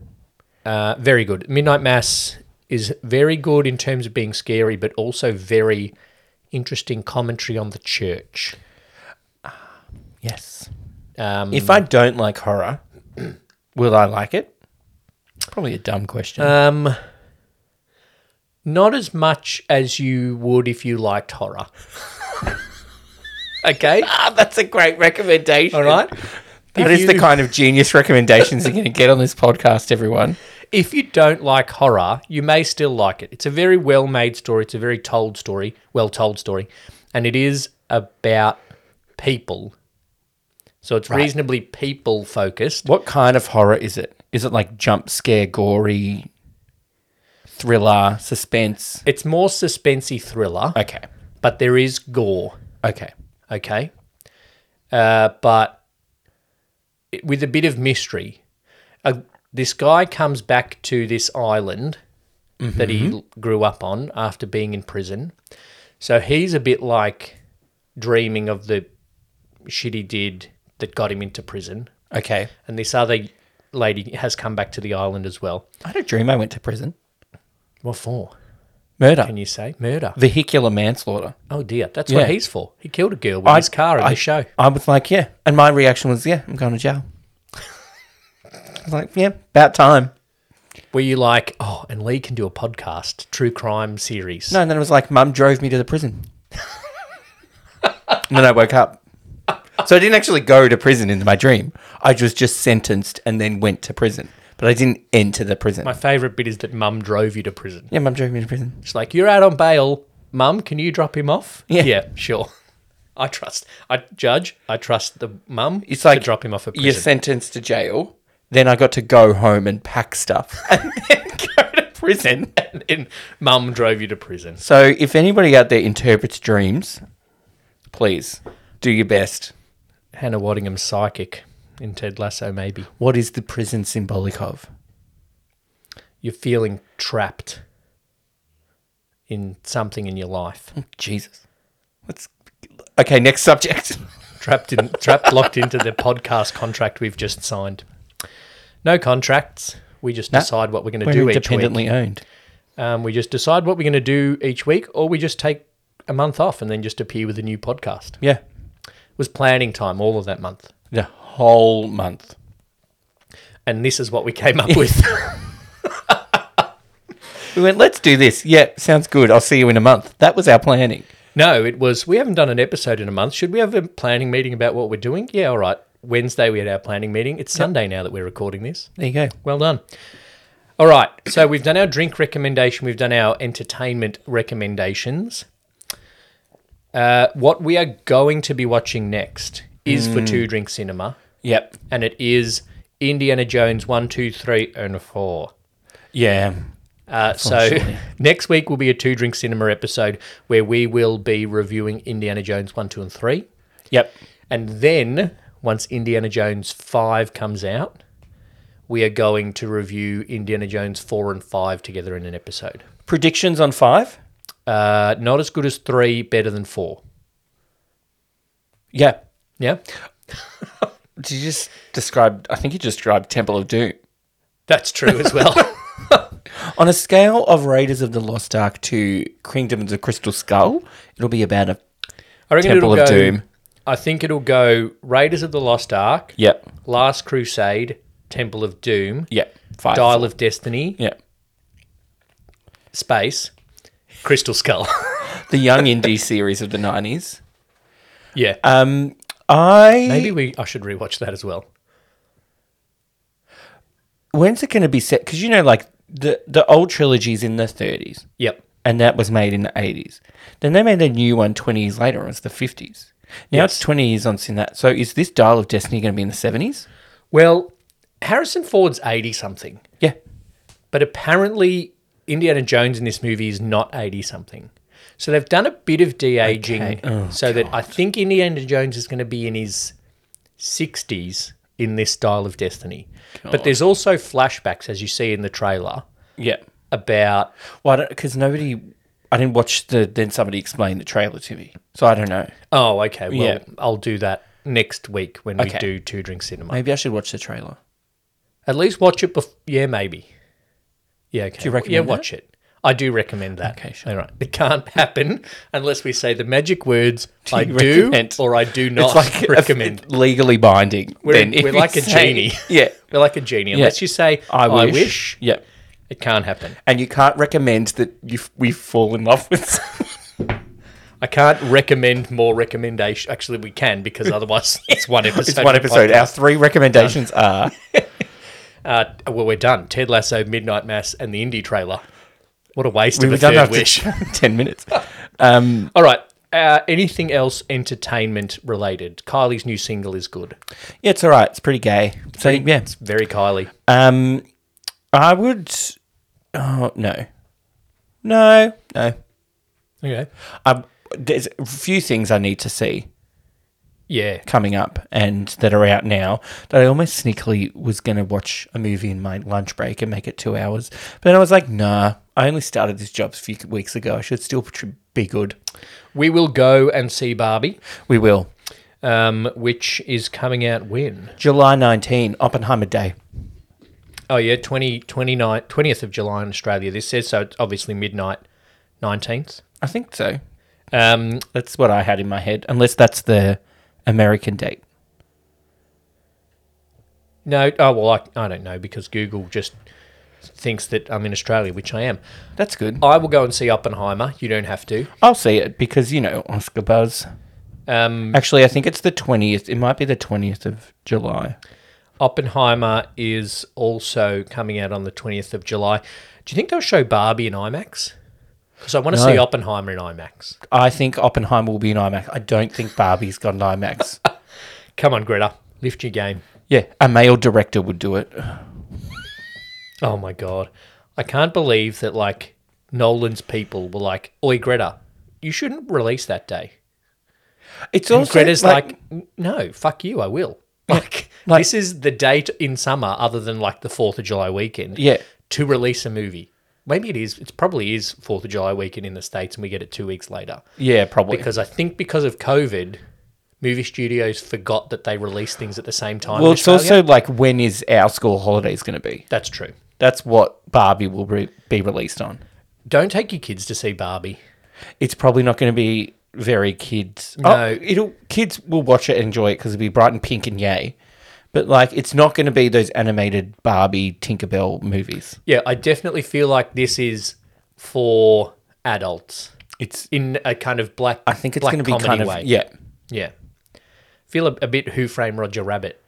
B: uh, very good. Midnight Mass is very good in terms of being scary, but also very interesting commentary on the church.
C: Yes.
B: Um,
C: If I don't like horror, will I like it? Probably a dumb question.
B: um, not as much as you would if you liked horror. okay,
C: ah, that's a great recommendation.
B: all right.
C: That
B: If
C: is the
B: you-
C: kind of genius recommendations you're going to get on this podcast, everyone.
B: If you don't like horror, you may still like it. It's a very well made story. It's a very told story, well told story. And it is about people. So it's reasonably people focused.
C: What kind of horror is it? Is it like jump scare, gory, thriller, suspense?
B: It's more suspensey thriller,
C: Okay.
B: but there is gore.
C: Okay.
B: okay? Uh, but it- with a bit of mystery. Uh, this guy comes back to this island that he l-
C: Mm-hmm.
B: grew up on after being in prison. So he's a bit like dreaming of the shit he did that got him into prison.
C: Okay.
B: And this other lady has come back to the island as well.
C: I had a dream I went to prison.
B: What for?
C: Murder.
B: Can you say murder?
C: Vehicular manslaughter.
B: Oh dear, that's
C: Yeah.
B: what he's for. He killed a girl with his car in
C: I,
B: the show.
C: I was like, yeah. And my reaction was, yeah, I'm going to jail. I was like, yeah, about time.
B: Were you like, oh, and Lee can do a podcast, true crime series?
C: No, and then it was like, mum drove me to the prison. and then I woke up. So I didn't actually go to prison in my dream. I was just sentenced and then went to prison. But I didn't enter the prison.
B: My favourite bit is that mum drove you to prison.
C: yeah, mum drove me to prison.
B: She's like, you're out on bail. Mum, can you drop him off?
C: Yeah.
B: Yeah, sure. I trust. I judge. I trust the mum.
C: It's like
B: to drop him off at
C: You're
B: prison.
C: sentenced to jail. Then I got to go home and pack stuff and then go to prison.
B: and then mum drove you to prison.
C: So if anybody out there interprets dreams, please do your best.
B: Hannah Waddingham's psychic in Ted Lasso, maybe.
C: What is the prison symbolic of?
B: You're feeling trapped in something in your life.
C: Jesus. Let's Okay, next subject.
B: trapped in trapped locked into the podcast contract we've just signed. No contracts. We just
C: No.
B: decide what we're going to
C: We're
B: do each week.
C: independently owned.
B: Um, we just decide what we're going to do each week, or we just take a month off and then just appear with a new podcast. It
C: Yeah.
B: was planning time all of that month,
C: The whole month.
B: and this is what we came up with.
C: We went, let's do this. Yeah, sounds good. I'll see you in a month. That was our planning.
B: no, it was we haven't done an episode in a month. Should we have a planning meeting about what we're doing? Yeah, all right. Wednesday we had our planning meeting. It's Sunday now that we're recording this.
C: There you go.
B: Well done. All right. So we've done our drink recommendation. We've done our entertainment recommendations. Uh, what we are going to be watching next is for Two Drink Cinema,
C: Yep.
B: and it is Indiana Jones 1, 2, 3, and 4.
C: Yeah.
B: Uh, so next week will be a Two Drink Cinema episode where we will be reviewing Indiana Jones 1, 2, and 3.
C: Yep.
B: And then once Indiana Jones 5 comes out, we are going to review Indiana Jones 4 and 5 together in an episode.
C: Predictions on five?
B: Uh, not as good as 3, better than 4.
C: Yeah.
B: Yeah?
C: Did you just describe I think you just described Temple of Doom.
B: That's true as well.
C: On a scale of Raiders of the Lost Ark to Kingdom of the Crystal Skull, it'll be about a
B: I reckon
C: Temple
B: it'll
C: of
B: go,
C: Doom.
B: I think it'll go Raiders of the Lost Ark,
C: Yep.
B: Last Crusade, Temple of Doom,
C: Yep. Five.
B: Dial of Destiny,
C: Yep.
B: Space, Crystal Skull.
C: The young indie series of the nineties.
B: yeah.
C: Um I
B: Maybe we I should rewatch that as well.
C: when's it going to be set? Because you know, like the the old trilogy's in the thirties,
B: Yep.
C: and that was made in the eighties. Then they made a new one 20 years later, and it's the fifties. Now it's twenty years on since that. So is this Dial of Destiny going to be in the seventies?
B: Well, Harrison Ford's 80 something.
C: Yeah,
B: But apparently, Indiana Jones in this movie is not 80 something. So they've done a bit of de aging
C: Oh,
B: so that I think Indiana Jones is going to be in his 60s in this style of Destiny. But there's also flashbacks, as you see in the trailer,
C: yeah.
B: about.
C: Why? Because nobody. I didn't watch the. Then somebody explained the trailer to me, so I don't know.
B: Oh, okay. Well,
C: Yeah.
B: I'll do that next week when
C: Okay.
B: we do Two Drink Cinema.
C: Maybe I should watch the trailer.
B: At least watch it before. Yeah, maybe. Yeah, okay.
C: you recommend
B: Yeah,
C: that?
B: watch it. I do recommend that.
C: Okay, sure.
B: All right. It can't happen unless we say the magic words I
C: you
B: do
C: recommend?
B: or I do not
C: if
B: recommend.
C: it's legally binding.
B: We're-
C: then, if
B: we're
C: you
B: like a
C: say-
B: genie.
C: Yeah.
B: We're like a genie. Unless you say,
C: I wish.
B: wish,
C: Yeah.
B: it can't happen.
C: And you can't recommend that you f- we fall in love with. someone.
B: I can't recommend more recommendation. Actually, we can because otherwise it's one episode.
C: It's one
B: of a
C: episode.
B: podcast.
C: Our three recommendations are
B: Uh, well, we're done. Ted Lasso, Midnight Mass, and the indie trailer. What a waste
C: we've
B: of a
C: done
B: third
C: after
B: wish.
C: ten minutes. Um,
B: All right. uh, anything else entertainment related? Kylie's new single is good.
C: Yeah, it's all right. It's pretty gay. So yeah,
B: It's very Kylie.
C: um, I would. Oh no, no, no.
B: Okay.
C: I, there's a few things I need to see
B: Yeah.
C: coming up and that are out now that I almost sneakily was going to watch a movie in my lunch break and make it two hours. But then I was like, nah, I only started this job a few weeks ago. I should still tr- be good.
B: We will go and see Barbie,
C: We will.
B: um, which is coming out when?
C: July 19, Oppenheimer Day.
B: Oh, yeah, 20, 29 20th of July in Australia. This says so, it's obviously midnight, 19th.
C: I think so.
B: Um,
C: That's what I had in my head, unless that's the American date.
B: no, oh, well, I, I don't know because Google just thinks that I'm in Australia, which I am.
C: That's good.
B: I will go and see Oppenheimer. You don't have to.
C: I'll see it because, you know, Oscar buzz.
B: Um,
C: Actually, I think it's the 20th. It might be the 20th of July.
B: Oppenheimer is also coming out on the 20th of July. Do you think they'll show Barbie in IMAX? Because I want to
C: No.
B: see Oppenheimer in IMAX.
C: I think Oppenheimer will be in IMAX. I don't think Barbie's got an IMAX.
B: Come on, Greta, lift your game.
C: Yeah, a male director would do it.
B: Oh my god, I can't believe that like Nolan's people were like, "Oi, Greta, you shouldn't release that day."
C: It's
B: And Greta's like, "N- "No, fuck you, I will." Like,
C: like-
B: this is the date in summer, other than like the Fourth of July weekend.
C: Yeah.
B: to release a movie. Maybe it is. It probably is Fourth of July weekend in the states, and we get it two weeks later.
C: yeah, probably.
B: because I think because of COVID, movie studios forgot that they release things at the same time.
C: well,
B: in
C: it's
B: Australia.
C: also like when is our school holidays going to be?
B: that's true.
C: That's what Barbie will re- be released on.
B: Don't take your kids to see Barbie.
C: It's probably not going to be very kids. Oh,
B: No.
C: it'll kids will watch it and enjoy it because it'll be bright and pink and yay. But like, it's not going to be those animated Barbie Tinkerbell movies.
B: Yeah, I definitely feel like this is for adults
C: It's
B: in a kind of black.
C: I think it's
B: black
C: going to be
B: comedy
C: kind of
B: way.
C: yeah,
B: yeah. Feel a, a bit Who Framed Roger Rabbit.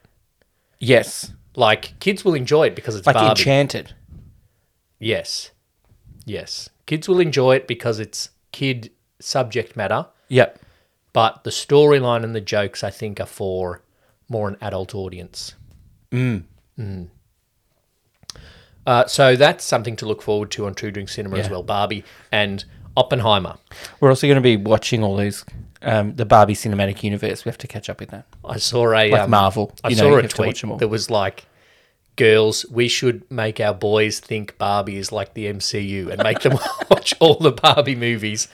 C: yes,
B: Like kids will enjoy it because it's
C: like
B: Barbie.
C: Enchanted.
B: yes, yes, kids will enjoy it because it's kid subject matter.
C: Yep.
B: but the storyline and the jokes I think are for more an adult audience. Mm. Uh, so that's something to look forward to on Two Drink Cinema as
C: Yeah.
B: well. Barbie and Oppenheimer.
C: We're also going to be watching all these, um, the Barbie cinematic universe. We have to catch up with that.
B: I saw a
C: Like
B: um,
C: Marvel,
B: I
C: you know,
B: saw
C: you
B: a
C: have to
B: tweet
C: watch 'em all.
B: that was like, "Girls, we should make our boys think Barbie is like the MCU and make them watch all the Barbie movies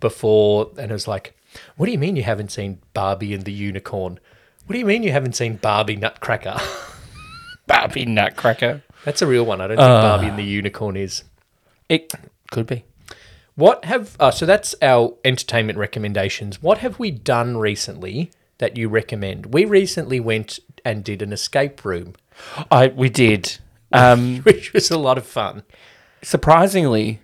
B: before." And it was like, "What do you mean you haven't seen Barbie and the Unicorn? What do you mean you haven't seen Barbie Nutcracker?"
C: Barbie Nutcracker.
B: That's a real one. I don't think Barbie and the
C: Ah.
B: Unicorn is.
C: It could be.
B: What have uh, so that's our entertainment recommendations. What have we done recently that you recommend? We recently went and did an escape room,
C: I we did. Um,
B: which was a lot of fun.
C: surprisingly,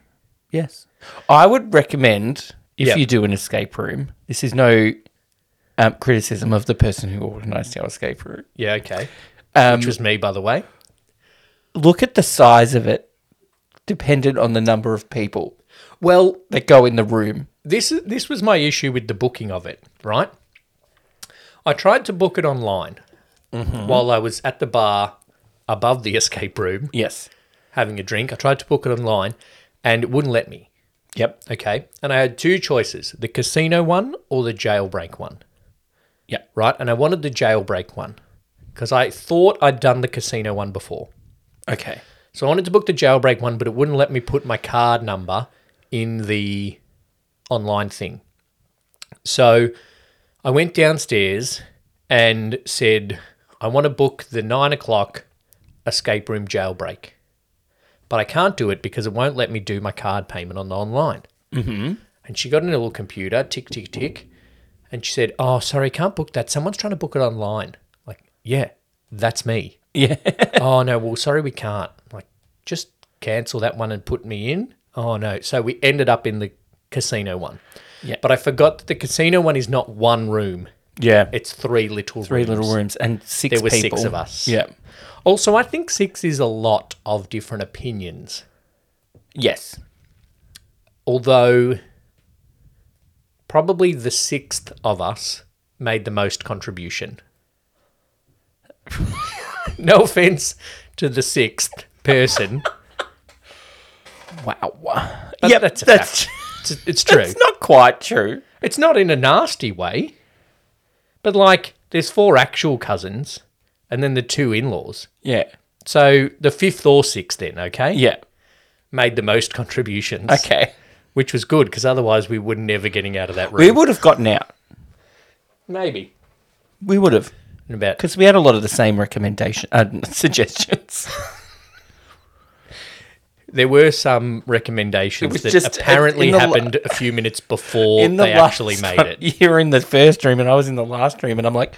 C: yes. I would recommend if
B: Yeah.
C: you do an escape room. This is no um, criticism of the person who organised our escape room.
B: Yeah, okay.
C: Um,
B: which was me, by the way.
C: Look at the size of it, dependent on the number of people
B: Well,
C: that go in the room.
B: this this was my issue with the booking of it. Right, I tried to book it online while I was at the bar above the escape room
C: Yes.
B: having a drink. I tried to book it online, and it wouldn't let me.
C: Yep.
B: Okay. And I had two choices the casino one or the jailbreak one,
C: Yep.
B: right? And I wanted the jailbreak one because I thought I'd done the casino one before.
C: Okay.
B: So I wanted to book the jailbreak one, but it wouldn't let me put my card number in the online thing. So I went downstairs and said, I want to book the nine o'clock escape room jailbreak, but I can't do it because it won't let me do my card payment on the online. And she got in a little computer, tick, tick, tick. And she said, Oh, sorry, can't book that. Someone's trying to book it online. Like, yeah, that's me
C: Yeah.
B: oh no, well sorry we can't. Like just cancel that one and put me in. Oh no. So we ended up in the casino one.
C: Yeah.
B: But I forgot that the casino one is not one room.
C: yeah.
B: It's three little
C: Three
B: rooms.
C: little rooms and six.
B: There were six
C: people.
B: of us.
C: Yeah.
B: Also, I think six is a lot of different opinions.
C: Yes.
B: Although probably the sixth of us made the most contribution. no offense to the sixth person,
C: Wow.
B: but
C: yeah,
B: that's a
C: that's,
B: fact. It's, it's true.
C: that's not quite true.
B: It's not in a nasty way, but like there's four actual cousins and then the two in laws.
C: Yeah.
B: So the fifth or sixth, then, okay,
C: Yeah.
B: made the most contributions,
C: Okay.
B: which was good because otherwise we were never getting out of that
C: We
B: room.
C: would have gotten out.
B: Maybe.
C: We would have.
B: In about
C: Because we had a lot of the same recommendation uh, suggestions.
B: there were some recommendations
C: was
B: that
C: just-
B: apparently
C: in the la-
B: happened a few minutes before
C: in the
B: they
C: last
B: actually made
C: time-
B: it.
C: You were in the first room and I was in the last room and I'm like,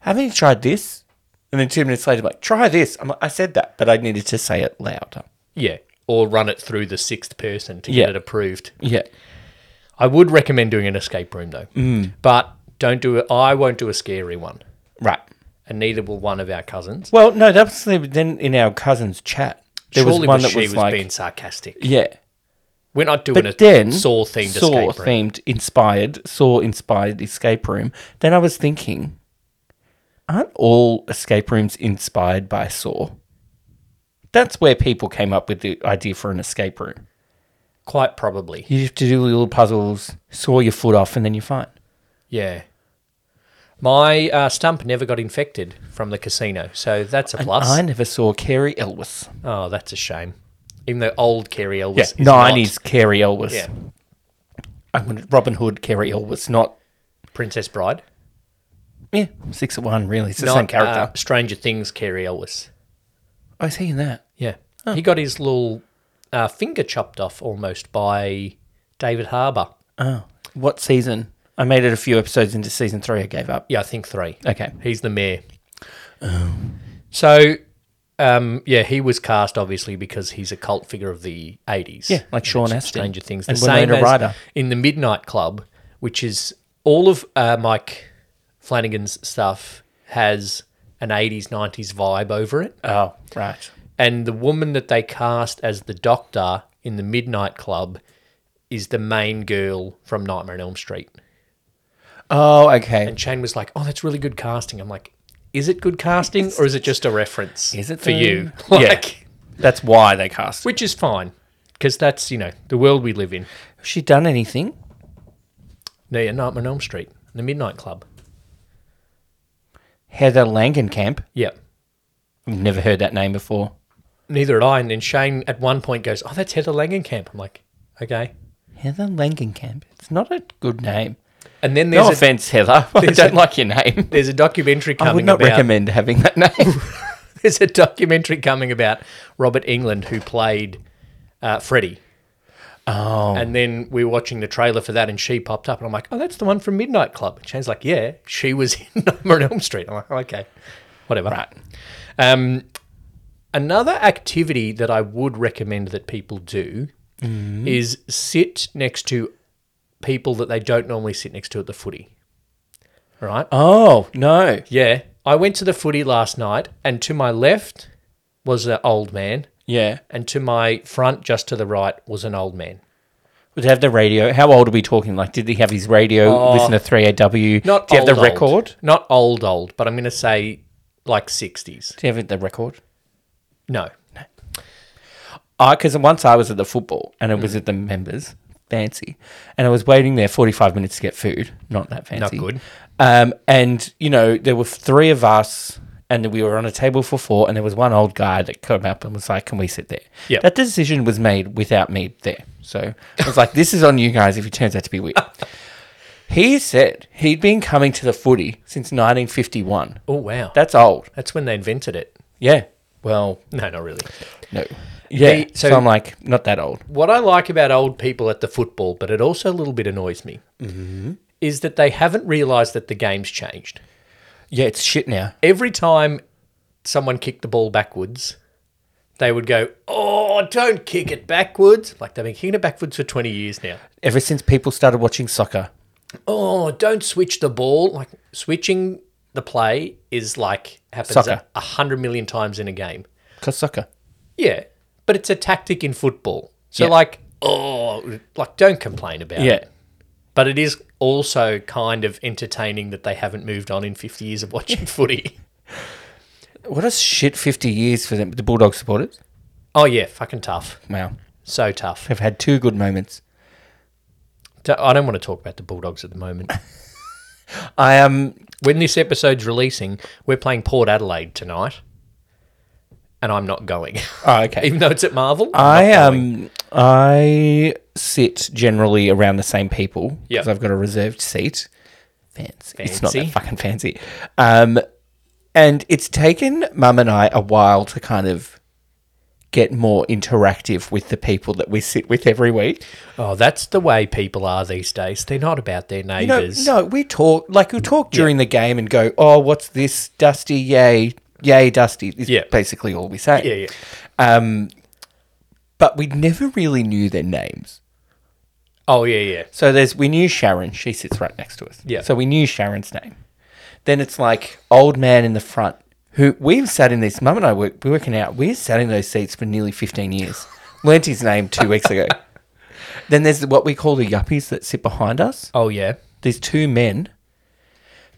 C: haven't you tried this? And then two minutes later, I'm like, try this. I'm like, I said that, but I needed to say it louder.
B: Yeah. Or run it through the sixth person to
C: Yeah.
B: get it approved.
C: Yeah.
B: I would recommend doing an escape room though.
C: Mm.
B: But don't do it I won't do a scary one.
C: Right.
B: And neither will one of our cousins.
C: Well, no, that was the, then in our cousin's chat. There
B: Surely
C: was one that
B: she was,
C: was like,
B: being sarcastic.
C: yeah.
B: We're not doing a
C: But then
B: saw themed
C: Saw
B: escape room.
C: themed inspired Saw inspired escape room. Then I was thinking, aren't all escape rooms inspired by Saw? That's where people came up with the idea for an escape room.
B: Quite probably.
C: You have to do little puzzles, saw your foot off, and then you're fine.
B: Yeah. My uh, stump never got infected from the casino, so that's a plus.
C: I never saw Carrie Elwes.
B: Oh, that's a shame. Even though old Kerry Elvis is
C: nineties Carrie Elwes.
B: Yeah.
C: I wanted Robin Hood, Carrie Elwes, not
B: not Princess Bride.
C: yeah six of one. Really, it's the
B: not,
C: same character.
B: uh, Stranger Things Kerry Elvis.
C: I was thinking that.
B: Yeah. He got his little uh, finger chopped off almost by David Harbour.
C: Oh, what season? I made it a few episodes into season three. I gave up.
B: Yeah, I think three.
C: Okay.
B: He's the mayor. So, um, yeah, he was cast obviously because he's a cult figure of the 80s.
C: Yeah, like Sean Astin
B: Stranger Things. The
C: and
B: same
C: Winona
B: as
C: Ryder.
B: in the Midnight Club, which is all of uh, Mike Flanagan's stuff has an 80s, 90s vibe over it.
C: Oh, right.
B: And the woman that they cast as the doctor in the Midnight Club is the main girl from Nightmare on Elm Street.
C: Oh, okay.
B: And Shane was like, "Oh, that's really good casting." I'm like, "Is it good casting or is it just a reference?
C: Is it
B: for you?"
C: though? Yeah.
B: Like,
C: That's why they cast.
B: which is fine because that's you know the world we live in.
C: Has she done anything?
B: No, yeah, Nightmare on Elm Street, the Midnight Club.
C: Heather Langenkamp.
B: Yeah,
C: I've never heard that name before.
B: neither had I. And then Shane at one point goes, "Oh, that's Heather Langenkamp." I'm like, "Okay."
C: Heather Langenkamp. It's not a good name.
B: And then there's
C: no
B: a,
C: offense, Heather. I
B: there's
C: don't
B: a-
C: like your name.
B: there's a documentary coming
C: I would not
B: about.
C: recommend having that name.
B: There's a documentary coming about Robert England who played uh, Freddie.
C: oh,
B: And then we were watching the trailer for that, and she popped up, and I'm like, "Oh, that's the one from Midnight Club." And Shane's like, "Yeah, she was in Nightmare on Elm Street." I'm like, oh, "Okay, whatever." Right. Um, another activity that I would recommend that people do is sit next to people that they don't normally sit next to at the footy. Right?
C: oh no.
B: Yeah, I went to the footy last night, and to my left was an old man,
C: Yeah,
B: and to my front, just to the right, was an old man.
C: would have the radio. How old are we talking? Like, did he have his radio? listen to three AW.
B: Not
C: Do you
B: old,
C: have the
B: old.
C: record?
B: Not old old, but I'm going to say like 60s.
C: Do you have the record?
B: No.
C: I because once I was at the football and it was at the members fancy, and I was waiting there forty five minutes to get food. Not that fancy.
B: good.
C: Um, and you know there were three of us, and we were on a table for four, and there was one old guy that came up and was like, "Can we sit there?"
B: Yep.
C: That decision was made without me there, so I was like, "This is on you guys if it turns out to be weird." he said he'd been coming to the footy since nineteen fifty one.
B: Oh wow.
C: That's old.
B: That's when they invented it.
C: Yeah. Well,
B: No, not really.
C: no. Yeah.
B: They-
C: so,
B: so-
C: I'm like, not that old.
B: What I like about old people at the football, but it also a little bit annoys me,
C: Mm-hmm.
B: is that they haven't realized that the game's changed.
C: Yeah, it's shit now.
B: Every time someone kicked the ball backwards, they would go, "Oh, don't kick it backwards." Like they've been kicking it backwards for 20 years now.
C: ever since people started watching soccer.
B: oh, don't switch the ball. Like switching the play is like happens
C: Soccer.
B: a hundred million times in a game.
C: Because soccer.
B: Yeah, but it's a tactic in football. So
C: Yeah.
B: like, oh, like don't complain about it. But it is also kind of entertaining that they haven't moved on in 50 years of watching footy.
C: What a shit 50 years for them, the Bulldog supporters.
B: Oh, yeah, fucking tough.
C: Wow.
B: So tough.
C: They've had two good moments.
B: D- I don't want to talk about the Bulldogs at the moment.
C: I am. Um,
B: when this episode's releasing, we're playing Port Adelaide tonight. And I'm not going.
C: oh, okay.
B: Even though it's at Marvel. I'm
C: I
B: not going.
C: um I sit generally around the same people because
B: Yep.
C: I've got a reserved seat. Fancy. It's not that
B: Fancy.
C: fucking fancy. Um, and it's taken Mum and I a while to kind of get more interactive with the people that we sit with every week.
B: Oh, that's the way people are these days. They're not about their
C: No,
B: neighbours.
C: no, we talk like we talk during the game and go, "Oh, what's this, Dusty? Yay, yay, Dusty!" Is
B: Yeah.
C: basically all we say.
B: Yeah, yeah.
C: Um, but we never really knew their names.
B: Oh, yeah, yeah.
C: So there's we knew Sharon. She sits right next to us.
B: Yeah.
C: So we knew Sharon's name. Then it's like old man in the front who we've sat in this. Mum and I were we're working out. We sat in those seats for nearly 15 years. Learned his name two weeks ago. then there's what we call the yuppies that sit behind us.
B: Oh, yeah.
C: There's two men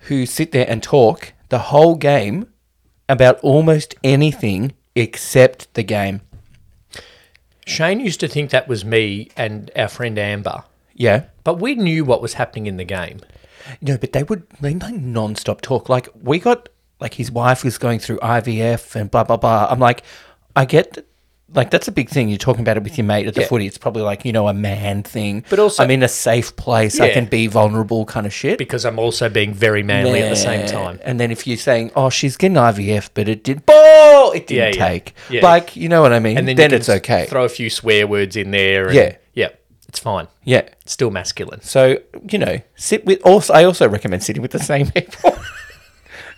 C: who sit there and talk the whole game about almost anything except the game.
B: Shane used to think that was me and our friend Amber,
C: Yeah.
B: but we knew what was happening in the game.
C: No, but they would they like non-stop talk. Like we got like his wife was going through IVF and blah blah blah. I'm like, I get that- like that's a big thing. You're talking about it with your mate at the
B: Yeah.
C: footy. It's probably like you know a man thing.
B: But also-
C: I'm in a safe place. I
B: Yeah.
C: can be vulnerable, kind of shit.
B: Because I'm also being very manly at the same
C: Yeah.
B: time.
C: And then if you're saying, oh, she's getting IVF, but it did ball, it didn't
B: Yeah, yeah.
C: take.
B: Yeah.
C: Like you know what I mean.
B: And then, you can
C: it's okay.
B: Throw a few swear words in there. And,
C: Yeah.
B: Yeah. It's fine.
C: yeah.
B: It's still masculine.
C: So you know, sit with. Also, I also recommend sitting with the same people.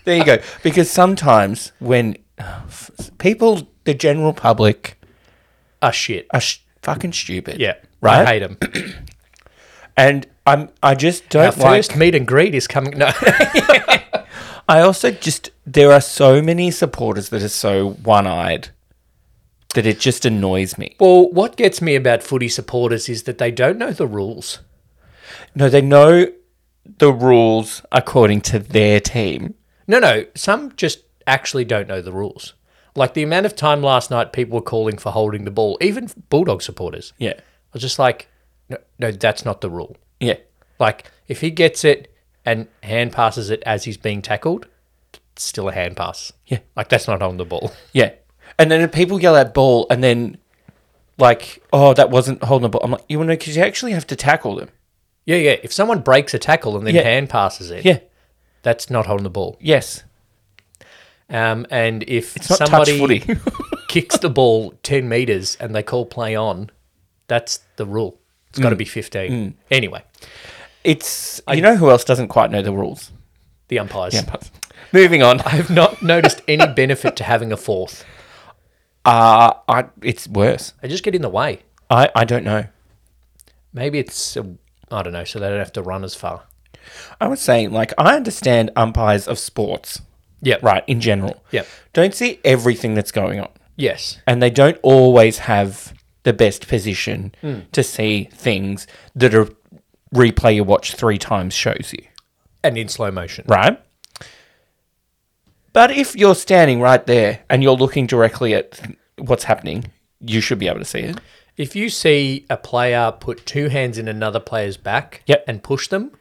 C: there you go. Because sometimes when oh, f- people, the general public,
B: Ah, shit.
C: are sh- fucking stupid.
B: Yeah.
C: Right.
B: I hate them.
C: And I'm. I just
B: Our
C: don't like.
B: first meet and greet is coming. No.
C: I also just. There are so many supporters that are so one-eyed that it just annoys me.
B: well, what gets me about footy supporters is that they don't know the rules.
C: No, they know the rules according to their team.
B: No, no. Some just actually don't know the rules. Like the amount of time last night people were calling for holding the ball, even Bulldog supporters.
C: Yeah.
B: I was just like, no, no that's not the rule.
C: Yeah.
B: Like, if he gets it and hand passes it as he's being tackled, it's still a hand pass.
C: Yeah.
B: Like, that's not on the ball.
C: Yeah. And then if people yell at ball and then like, oh, that wasn't holding the ball. I'm like, you know, because you actually have to tackle them.
B: Yeah, yeah. If someone breaks a tackle and then
C: Yeah.
B: hand passes it,
C: Yeah.
B: that's not holding the ball.
C: Yes.
B: Um, and if
C: It's not touch
B: somebody
C: footy.
B: kicks the ball 10 metres and they call play on, that's the rule. It's
C: Mm.
B: got to be 15. Anyway,
C: it's you know who else doesn't quite know the rules?
B: the umpires.
C: Moving on.
B: I've not noticed any benefit to having a fourth.
C: Uh I it's worse.
B: They just get in the way.
C: I, I don't know.
B: Maybe it's, I I don't know, so they don't have to run as far.
C: I was saying, like, I understand umpires of sports,
B: Yeah.
C: right, in general.
B: Yep.
C: Don't see everything that's going on.
B: Yes.
C: and they don't always have the best position to see things that are replay you watch three times shows you,
B: And in slow motion.
C: right? But if you're standing right there and you're looking directly at th- what's happening, you should be able to see it.
B: If you see a player put two hands in another player's back
C: Yep.
B: and push them,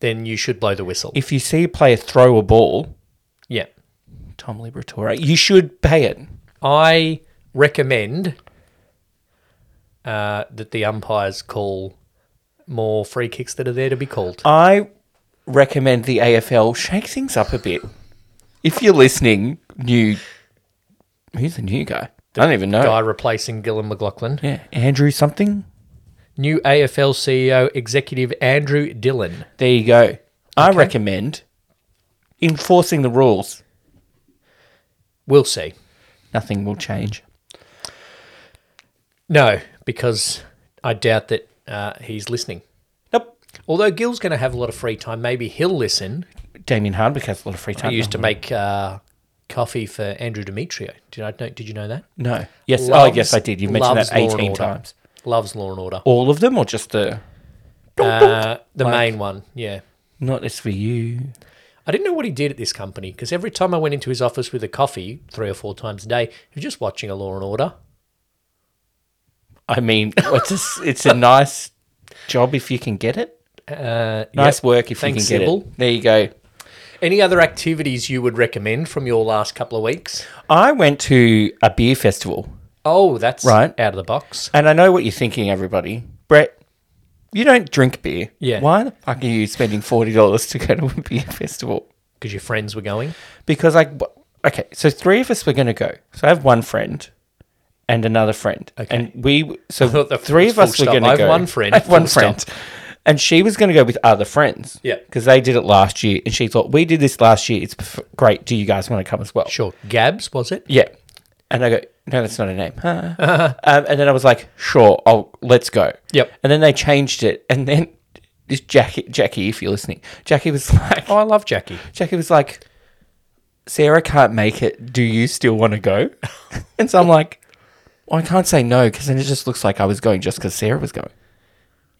B: then you should blow the whistle.
C: If you see a player throw a ball,
B: yeah.
C: Tom Liberatore, you should pay it.
B: I recommend uh, that the umpires call more free kicks that are there to be called.
C: I recommend the AFL shake things up a bit. If you're listening, new. Who's the new guy? I don't even know.
B: Guy replacing Gillan McLaughlin.
C: Yeah, Andrew something.
B: New AFL CEO, E executive Andrew Dillon.
C: There you go. I recommend enforcing the rules.
B: We'll see.
C: Nothing will change.
B: No, because I doubt that uh, he's listening.
C: Nope.
B: Although Gil's going to have a lot of free time, maybe he'll listen.
C: Damien Hardwick has a lot of free
B: I
C: time.
B: used to make uh, coffee for Andrew Demetrio. Did I know? Did you know that?
C: No. Yes. oh,
B: Loves-
C: yes, I did. You mentioned
B: loves
C: that
B: Law and
C: 18
B: Order.
C: times.
B: Loves Law and Order.
C: All of them or just the
B: Uh, the main one, yeah.
C: Not this for you.
B: I didn't know what he did at this company because every time I went into his office with a coffee, three or four times a day, he was just watching a Law and Order.
C: I mean, it's a, s- it's a nice job if you can get it.
B: Uh,
C: Nice
B: yep.
C: work if
B: Thanks,
C: you can get
B: Sybil.
C: it. There you go.
B: Any other activities you would recommend from your last couple of weeks?
C: I went to a beer festival,
B: Oh, that's
C: Right.
B: out of the box.
C: and I know what you're thinking, everybody. Brett, you don't drink beer.
B: Yeah.
C: Why the fuck are you spending forty dollars to go to a beer festival?
B: Because your friends were going.
C: because like w- okay so three of us were going to go so i have one friend and another friend okay. and we w- so
B: thought that
C: three
B: was
C: of us were
B: full stop.
C: going to
B: I
C: go
B: have one friend,
C: I have one
B: full stop.
C: friend and she was going to go with other friends
B: Yeah.
C: because they did it last year and she thought we did this last year it's perf- great do you guys want to come as well
B: Sure. Gabs, was it?
C: yeah and i go no that's not a name Huh. um, and then i was like sure i'll let's go
B: Yep.
C: and then they changed it and then this jackie jackie if you're listening jackie was like
B: Oh, I love Jackie.
C: Jackie was like, Sarah can't make it. Do you still want to go? and so I'm like, well, I can't say no because then it just looks like I was going just because Sarah was going.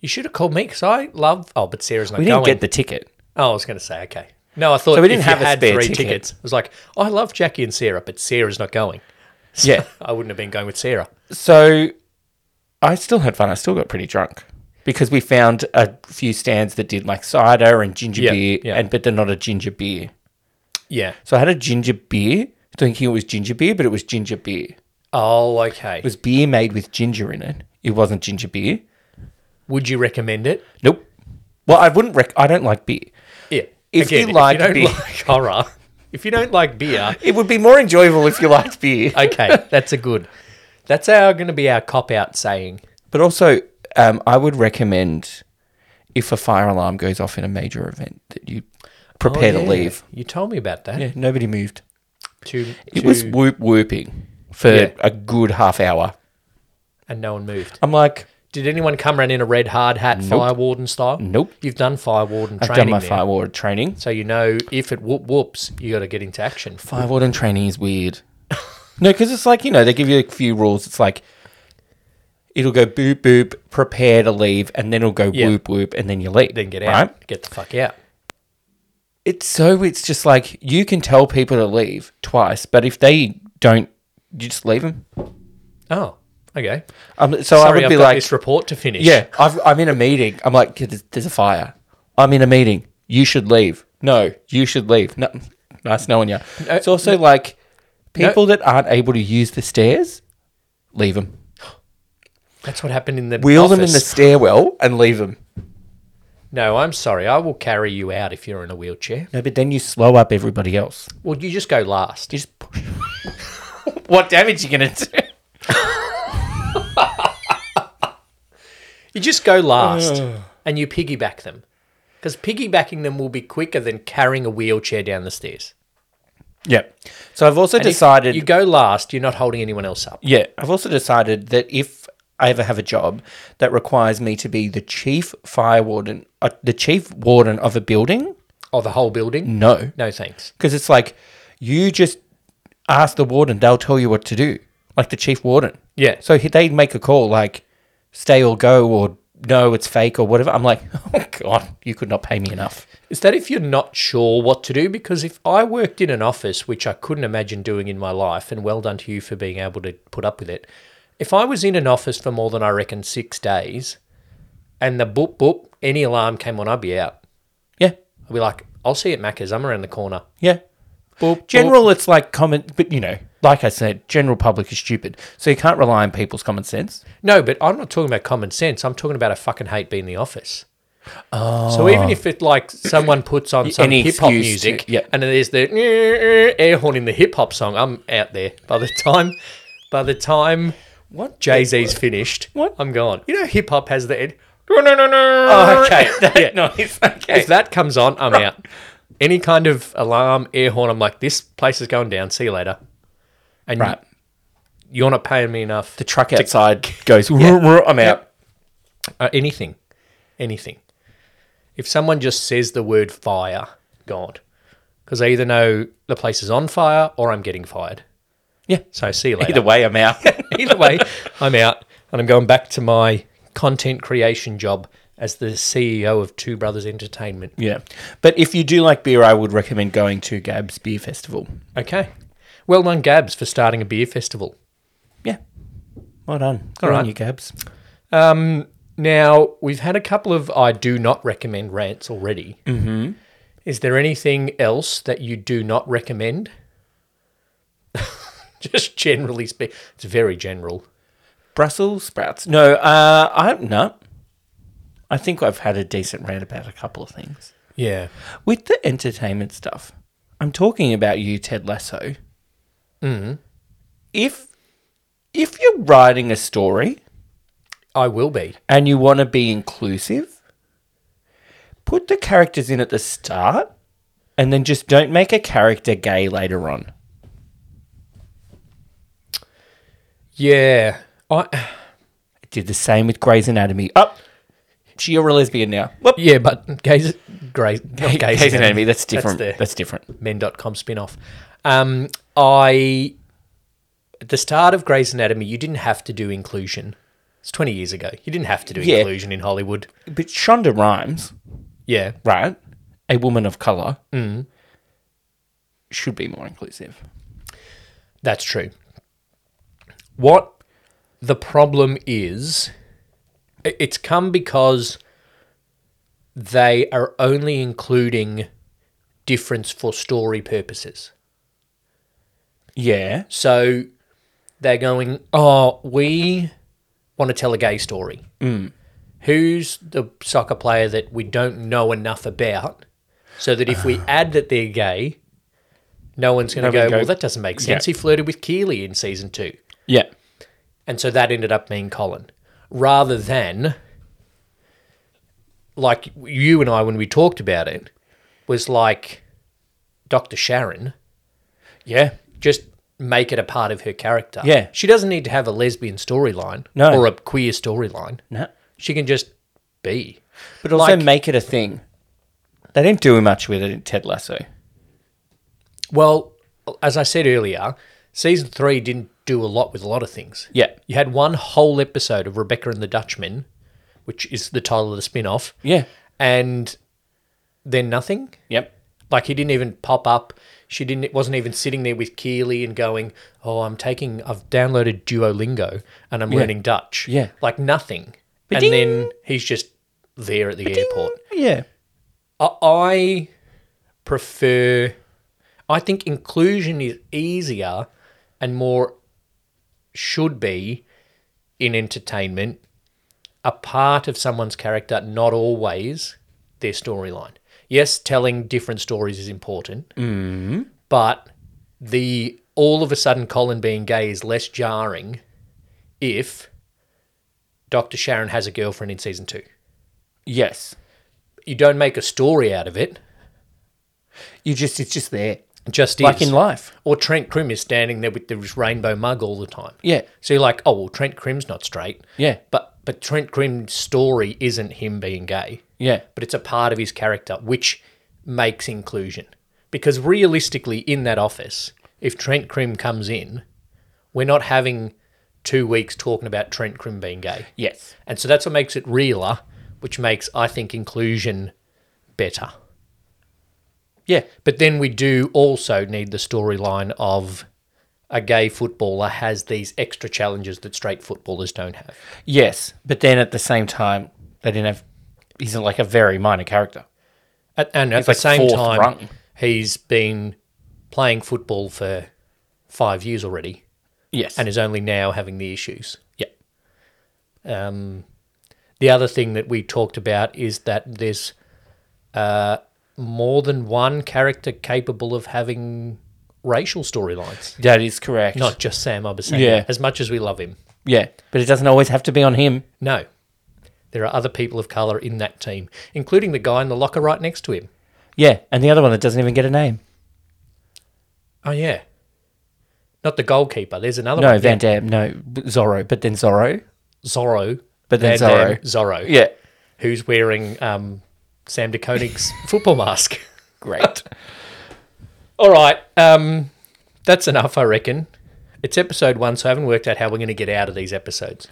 B: You should have called me because I love. Oh, but Sarah's not
C: We
B: going.
C: didn't get the ticket.
B: oh, I was going to say okay. No, I thought
C: So
B: we didn't have
C: a
B: had
C: spare
B: three
C: ticket.
B: tickets. I was like, "Oh, I love Jackie and Sarah, but Sarah's not going. So
C: Yeah.
B: I wouldn't have been going with Sarah.
C: So I still had fun. I still got pretty drunk because we found a few stands that did like cider and ginger
B: Yeah,
C: beer,
B: yeah.
C: and but they're not a ginger beer.
B: Yeah.
C: So I had a ginger beer, thinking it was ginger beer, but it was ginger beer.
B: Oh, okay.
C: It was beer made with ginger in it. It wasn't ginger beer.
B: Would you recommend it?
C: Nope. Well, I wouldn't rec. I don't like beer.
B: Yeah.
C: If you like
B: don't
C: beer-
B: like horror, if you don't like beer,
C: It would be more enjoyable if you liked beer.
B: okay, that's a good. That's our going to be our cop out saying.
C: But also, um, I would recommend if a fire alarm goes off in a major event that you prepare
B: Oh, Yeah.
C: to leave.
B: You told me about that.
C: Yeah, nobody moved.
B: To, to,
C: It was whoop whooping for
B: Yeah.
C: a good half hour.
B: and no one moved.
C: I'm like,
B: Did anyone come around in a red hard hat, fire warden style?
C: Nope.
B: You've done fire warden
C: I've
B: training.
C: done my
B: there.
C: fire warden training.
B: So you know if it whoop whoops, you got to get into action.
C: Fire warden training is weird. no, because it's like you know they give you a few rules. It's like it'll go boop boop, prepare to leave, and then it'll go
B: Yeah.
C: whoop whoop, and then you leave.
B: Then get
C: right?
B: out. Get the fuck out.
C: it's so it's just like you can tell people to leave twice, but if they don't, you just leave them.
B: Oh, okay.
C: Um, so I
B: Sorry,
C: would
B: I've
C: be
B: got
C: like,
B: this report to finish.
C: yeah, I've, I'm in a meeting. I'm like, there's, there's a fire. I'm in a meeting. You should leave. No, you should leave. No, nice knowing you. it's also like people that aren't able to use the stairs, leave them.
B: That's what happened in the
C: Wheel them in
B: office.
C: the stairwell and leave them.
B: No, I'm sorry. I will carry you out if you're in a wheelchair.
C: No, but then you slow up everybody else.
B: Well, you just go last.
C: You just push. what damage you gonna do?
B: You just go last and you piggyback them. Because piggybacking them will be quicker than carrying a wheelchair down the stairs.
C: Yep. So I've also
B: If
C: decided
B: you go last, you're not holding anyone else up.
C: Yeah, I've also decided that if I ever have a job that requires me to be the chief fire warden, uh, the chief warden of a building,
B: Or the whole building?
C: no,
B: No, thanks.
C: because it's like you just ask the warden; they'll tell you what to do, like the chief warden.
B: Yeah.
C: So he, they make a call like stay or go or no, it's fake or whatever. I'm like, oh god, you could not pay me enough.
B: Is that if you're not sure what to do? Because if I worked in an office, which I couldn't imagine doing in my life, and well done to you for being able to put up with it. If I was in an office for more than I reckon six days and the boop boop, any alarm came on, I'd be out.
C: Yeah,
B: I'd be like, I'll see you at Macca's. I'm around the corner.
C: yeah.
B: Boop,
C: General, it's like common, but you know, like I said, general public is stupid, so you can't rely on people's common sense.
B: No, but I'm not talking about common sense. I'm talking about I fucking hate being in the office. Oh. So even if it like someone puts on some
C: Any
B: hip hop
C: excuse
B: music
C: to- yeah.
B: and there's the air horn in the hip hop song, I'm out there by the time by the time
C: What
B: Jay Z's finished.
C: What?
B: I'm gone. You know, hip hop has the end.
C: Oh, okay.
B: Yeah.
C: That noise. Okay.
B: If that comes on, I'm out. Any kind of alarm, air horn, I'm like, this place is going down. See you later. And
C: Right.
B: you're not paying me enough.
C: The truck outside goes, "Ruh, ruh," I'm out.
B: Uh, anything, anything. If someone just says the word fire, God, because I either know the place is on fire or I'm getting fired.
C: Yeah.
B: So see you later.
C: Either way, I'm out.
B: Either way, I'm out and I'm going back to my content creation job as the CEO of Two Brothers Entertainment.
C: Yeah. But if you do like beer, I would recommend going to Gab's Beer Festival.
B: Okay. Well done, Gabs, for starting a beer festival.
C: Yeah. Well done. Good
B: All
C: on
B: right.
C: you, Gabs.
B: Um, now, we've had a couple of I do not recommend rants already. Mm-hmm. Is there anything else that you do not recommend? Just generally speak. It's very general.
C: Brussels sprouts. No, uh, I no. I think I've had a decent rant about a couple of things
B: Yeah.
C: with the entertainment stuff. I'm talking about you, Ted Lasso. Mm. If if you're writing a story
B: I will be.
C: and you want to be inclusive, put the characters in at the start, and then just don't make a character gay later on.
B: Yeah. I,
C: I did the same with Grey's Anatomy. Up, oh, she you're a lesbian now. Whoop.
B: yeah, but gays, Grey, not gays,
C: Grey's Anatomy. That's different.
B: the-
C: That's, different.
B: men.com spin-off. Um, I at the start of Grey's Anatomy, you didn't have to do inclusion. It's 20 years ago. You didn't have to do
C: Yeah.
B: inclusion in Hollywood.
C: But Shonda Rhimes,
B: Yeah.
C: right? A woman of color should be more inclusive.
B: That's true. What the problem is, i- it's come because they are only including difference for story purposes.
C: Yeah.
B: So they're going, oh, we want to tell a gay story.
C: Mm.
B: Who's the soccer player that we don't know enough about? So that if we add that they're gay, no one's going to
C: Nobody
B: go,
C: go-
B: well, that doesn't make sense.
C: Yeah.
B: He flirted with Keely in season two.
C: Yeah.
B: And so that ended up being Colin. Rather than, like you and I, when we talked about it, was like Dr. Sharon
C: Yeah.
B: just make it a part of her character.
C: Yeah.
B: She doesn't need to have a lesbian storyline
C: No.
B: or a queer storyline.
C: No.
B: She can just be.
C: But also
B: Like-
C: make it a thing. They didn't do much with it in Ted Lasso.
B: Well, as I said earlier, season three didn't do a lot with a lot of things.
C: Yeah.
B: You had one whole episode of Rebecca and the Dutchman, which is the title of the spin off.
C: Yeah.
B: And then nothing.
C: Yep.
B: Like he didn't even pop up. She didn't. It wasn't even sitting there with Keely and going, "Oh, I'm taking. I've downloaded Duolingo and I'm learning Dutch."
C: Yeah.
B: like nothing.
C: Ba-ding.
B: And then he's just there at the airport.
C: Yeah.
B: I, I prefer. I think inclusion is easier and more should be in entertainment a part of someone's character, not always their storyline. Yes, telling different stories is important,
C: Mm-hmm.
B: but the all of a sudden Colin being gay is less jarring if Dr. Sharon has a girlfriend in season two.
C: Yes.
B: You don't make a story out of it.
C: You just it's just there.
B: It Just
C: Like
B: is.
C: in life.
B: or Trent Crim is standing there with this rainbow mug all the time.
C: Yeah.
B: So you're like, oh well, Trent Crim's not straight.
C: Yeah.
B: But but Trent Crim's story isn't him being gay.
C: Yeah.
B: But it's a part of his character which makes inclusion. Because realistically, in that office, if Trent Crim comes in, we're not having two weeks talking about Trent Crim being gay.
C: Yes.
B: And so that's what makes it realer, which makes I think inclusion better.
C: Yeah.
B: But then we do also need the storyline of a gay footballer has these extra challenges that straight footballers don't have.
C: Yes. But then at the same time, they didn't have he's like a very minor character.
B: At, and at the
C: like
B: same
C: fourth
B: time,
C: rung.
B: he's been playing football for five years already
C: Yes.
B: and is only now having the issues.
C: yeah.
B: Um, the other thing that we talked about is that there's uh, more than one character capable of having racial storylines,
C: That is correct.
B: not just Sam Obasanya,
C: Yeah.
B: as much as we love him.
C: Yeah, but it doesn't always have to be on him.
B: No. There are other people of colour in that team, including the guy in the locker right next to him.
C: Yeah, and the other one that doesn't even get a name.
B: Oh, yeah. Not the goalkeeper. There's another
C: No,
B: one.
C: Van Damme, no B- Zorro, but then Zorro.
B: Zorro.
C: But then
B: Van Damme,
C: Zorro.
B: Zorro.
C: Yeah,
B: Who's wearing um, Sam de Koenig's football mask.
C: great.
B: All right. Um, that's enough, I reckon. It's episode one, so I haven't worked out how we're going to get out of these episodes.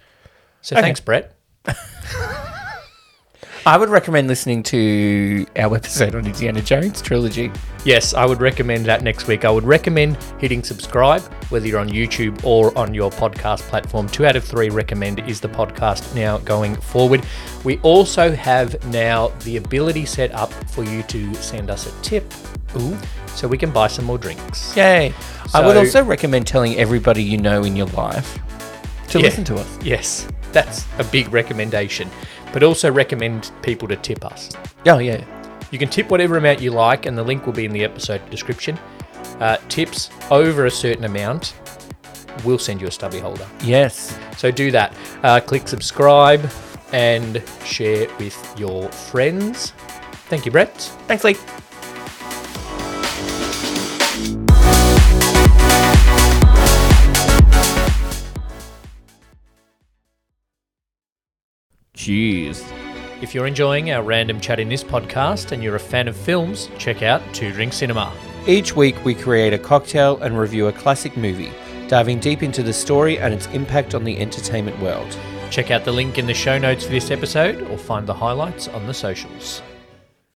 B: So thanks, Brett.
C: I would recommend listening to our episode on Indiana Jones trilogy.
B: Yes, I would recommend that next week. I would recommend hitting subscribe, whether you're on YouTube or on your podcast platform. Two out of three recommend is the podcast now going forward. We also have now the ability set up for you to send us a tip. Ooh. So we can buy some more drinks.
C: Yay. I would
B: So-
C: also recommend telling everybody you know in your life to
B: Yeah.
C: listen to us.
B: Yes, that's a big recommendation. But also recommend people to tip us.
C: Oh, yeah.
B: You can tip whatever amount you like, and the link will be in the episode description. Uh, tips over a certain amount will send you a stubby holder.
C: Yes.
B: So do that. Uh, click subscribe and share with your friends. Thank you, Brett.
C: Thanks, Lee. Jeez.
B: If you're enjoying our random chat in this podcast and you're a fan of films, check out Two Drink Cinema.
C: Each week, we create a cocktail and review a classic movie, diving deep into the story and its impact on the entertainment world.
B: Check out the link in the show notes for this episode or find the highlights on the socials.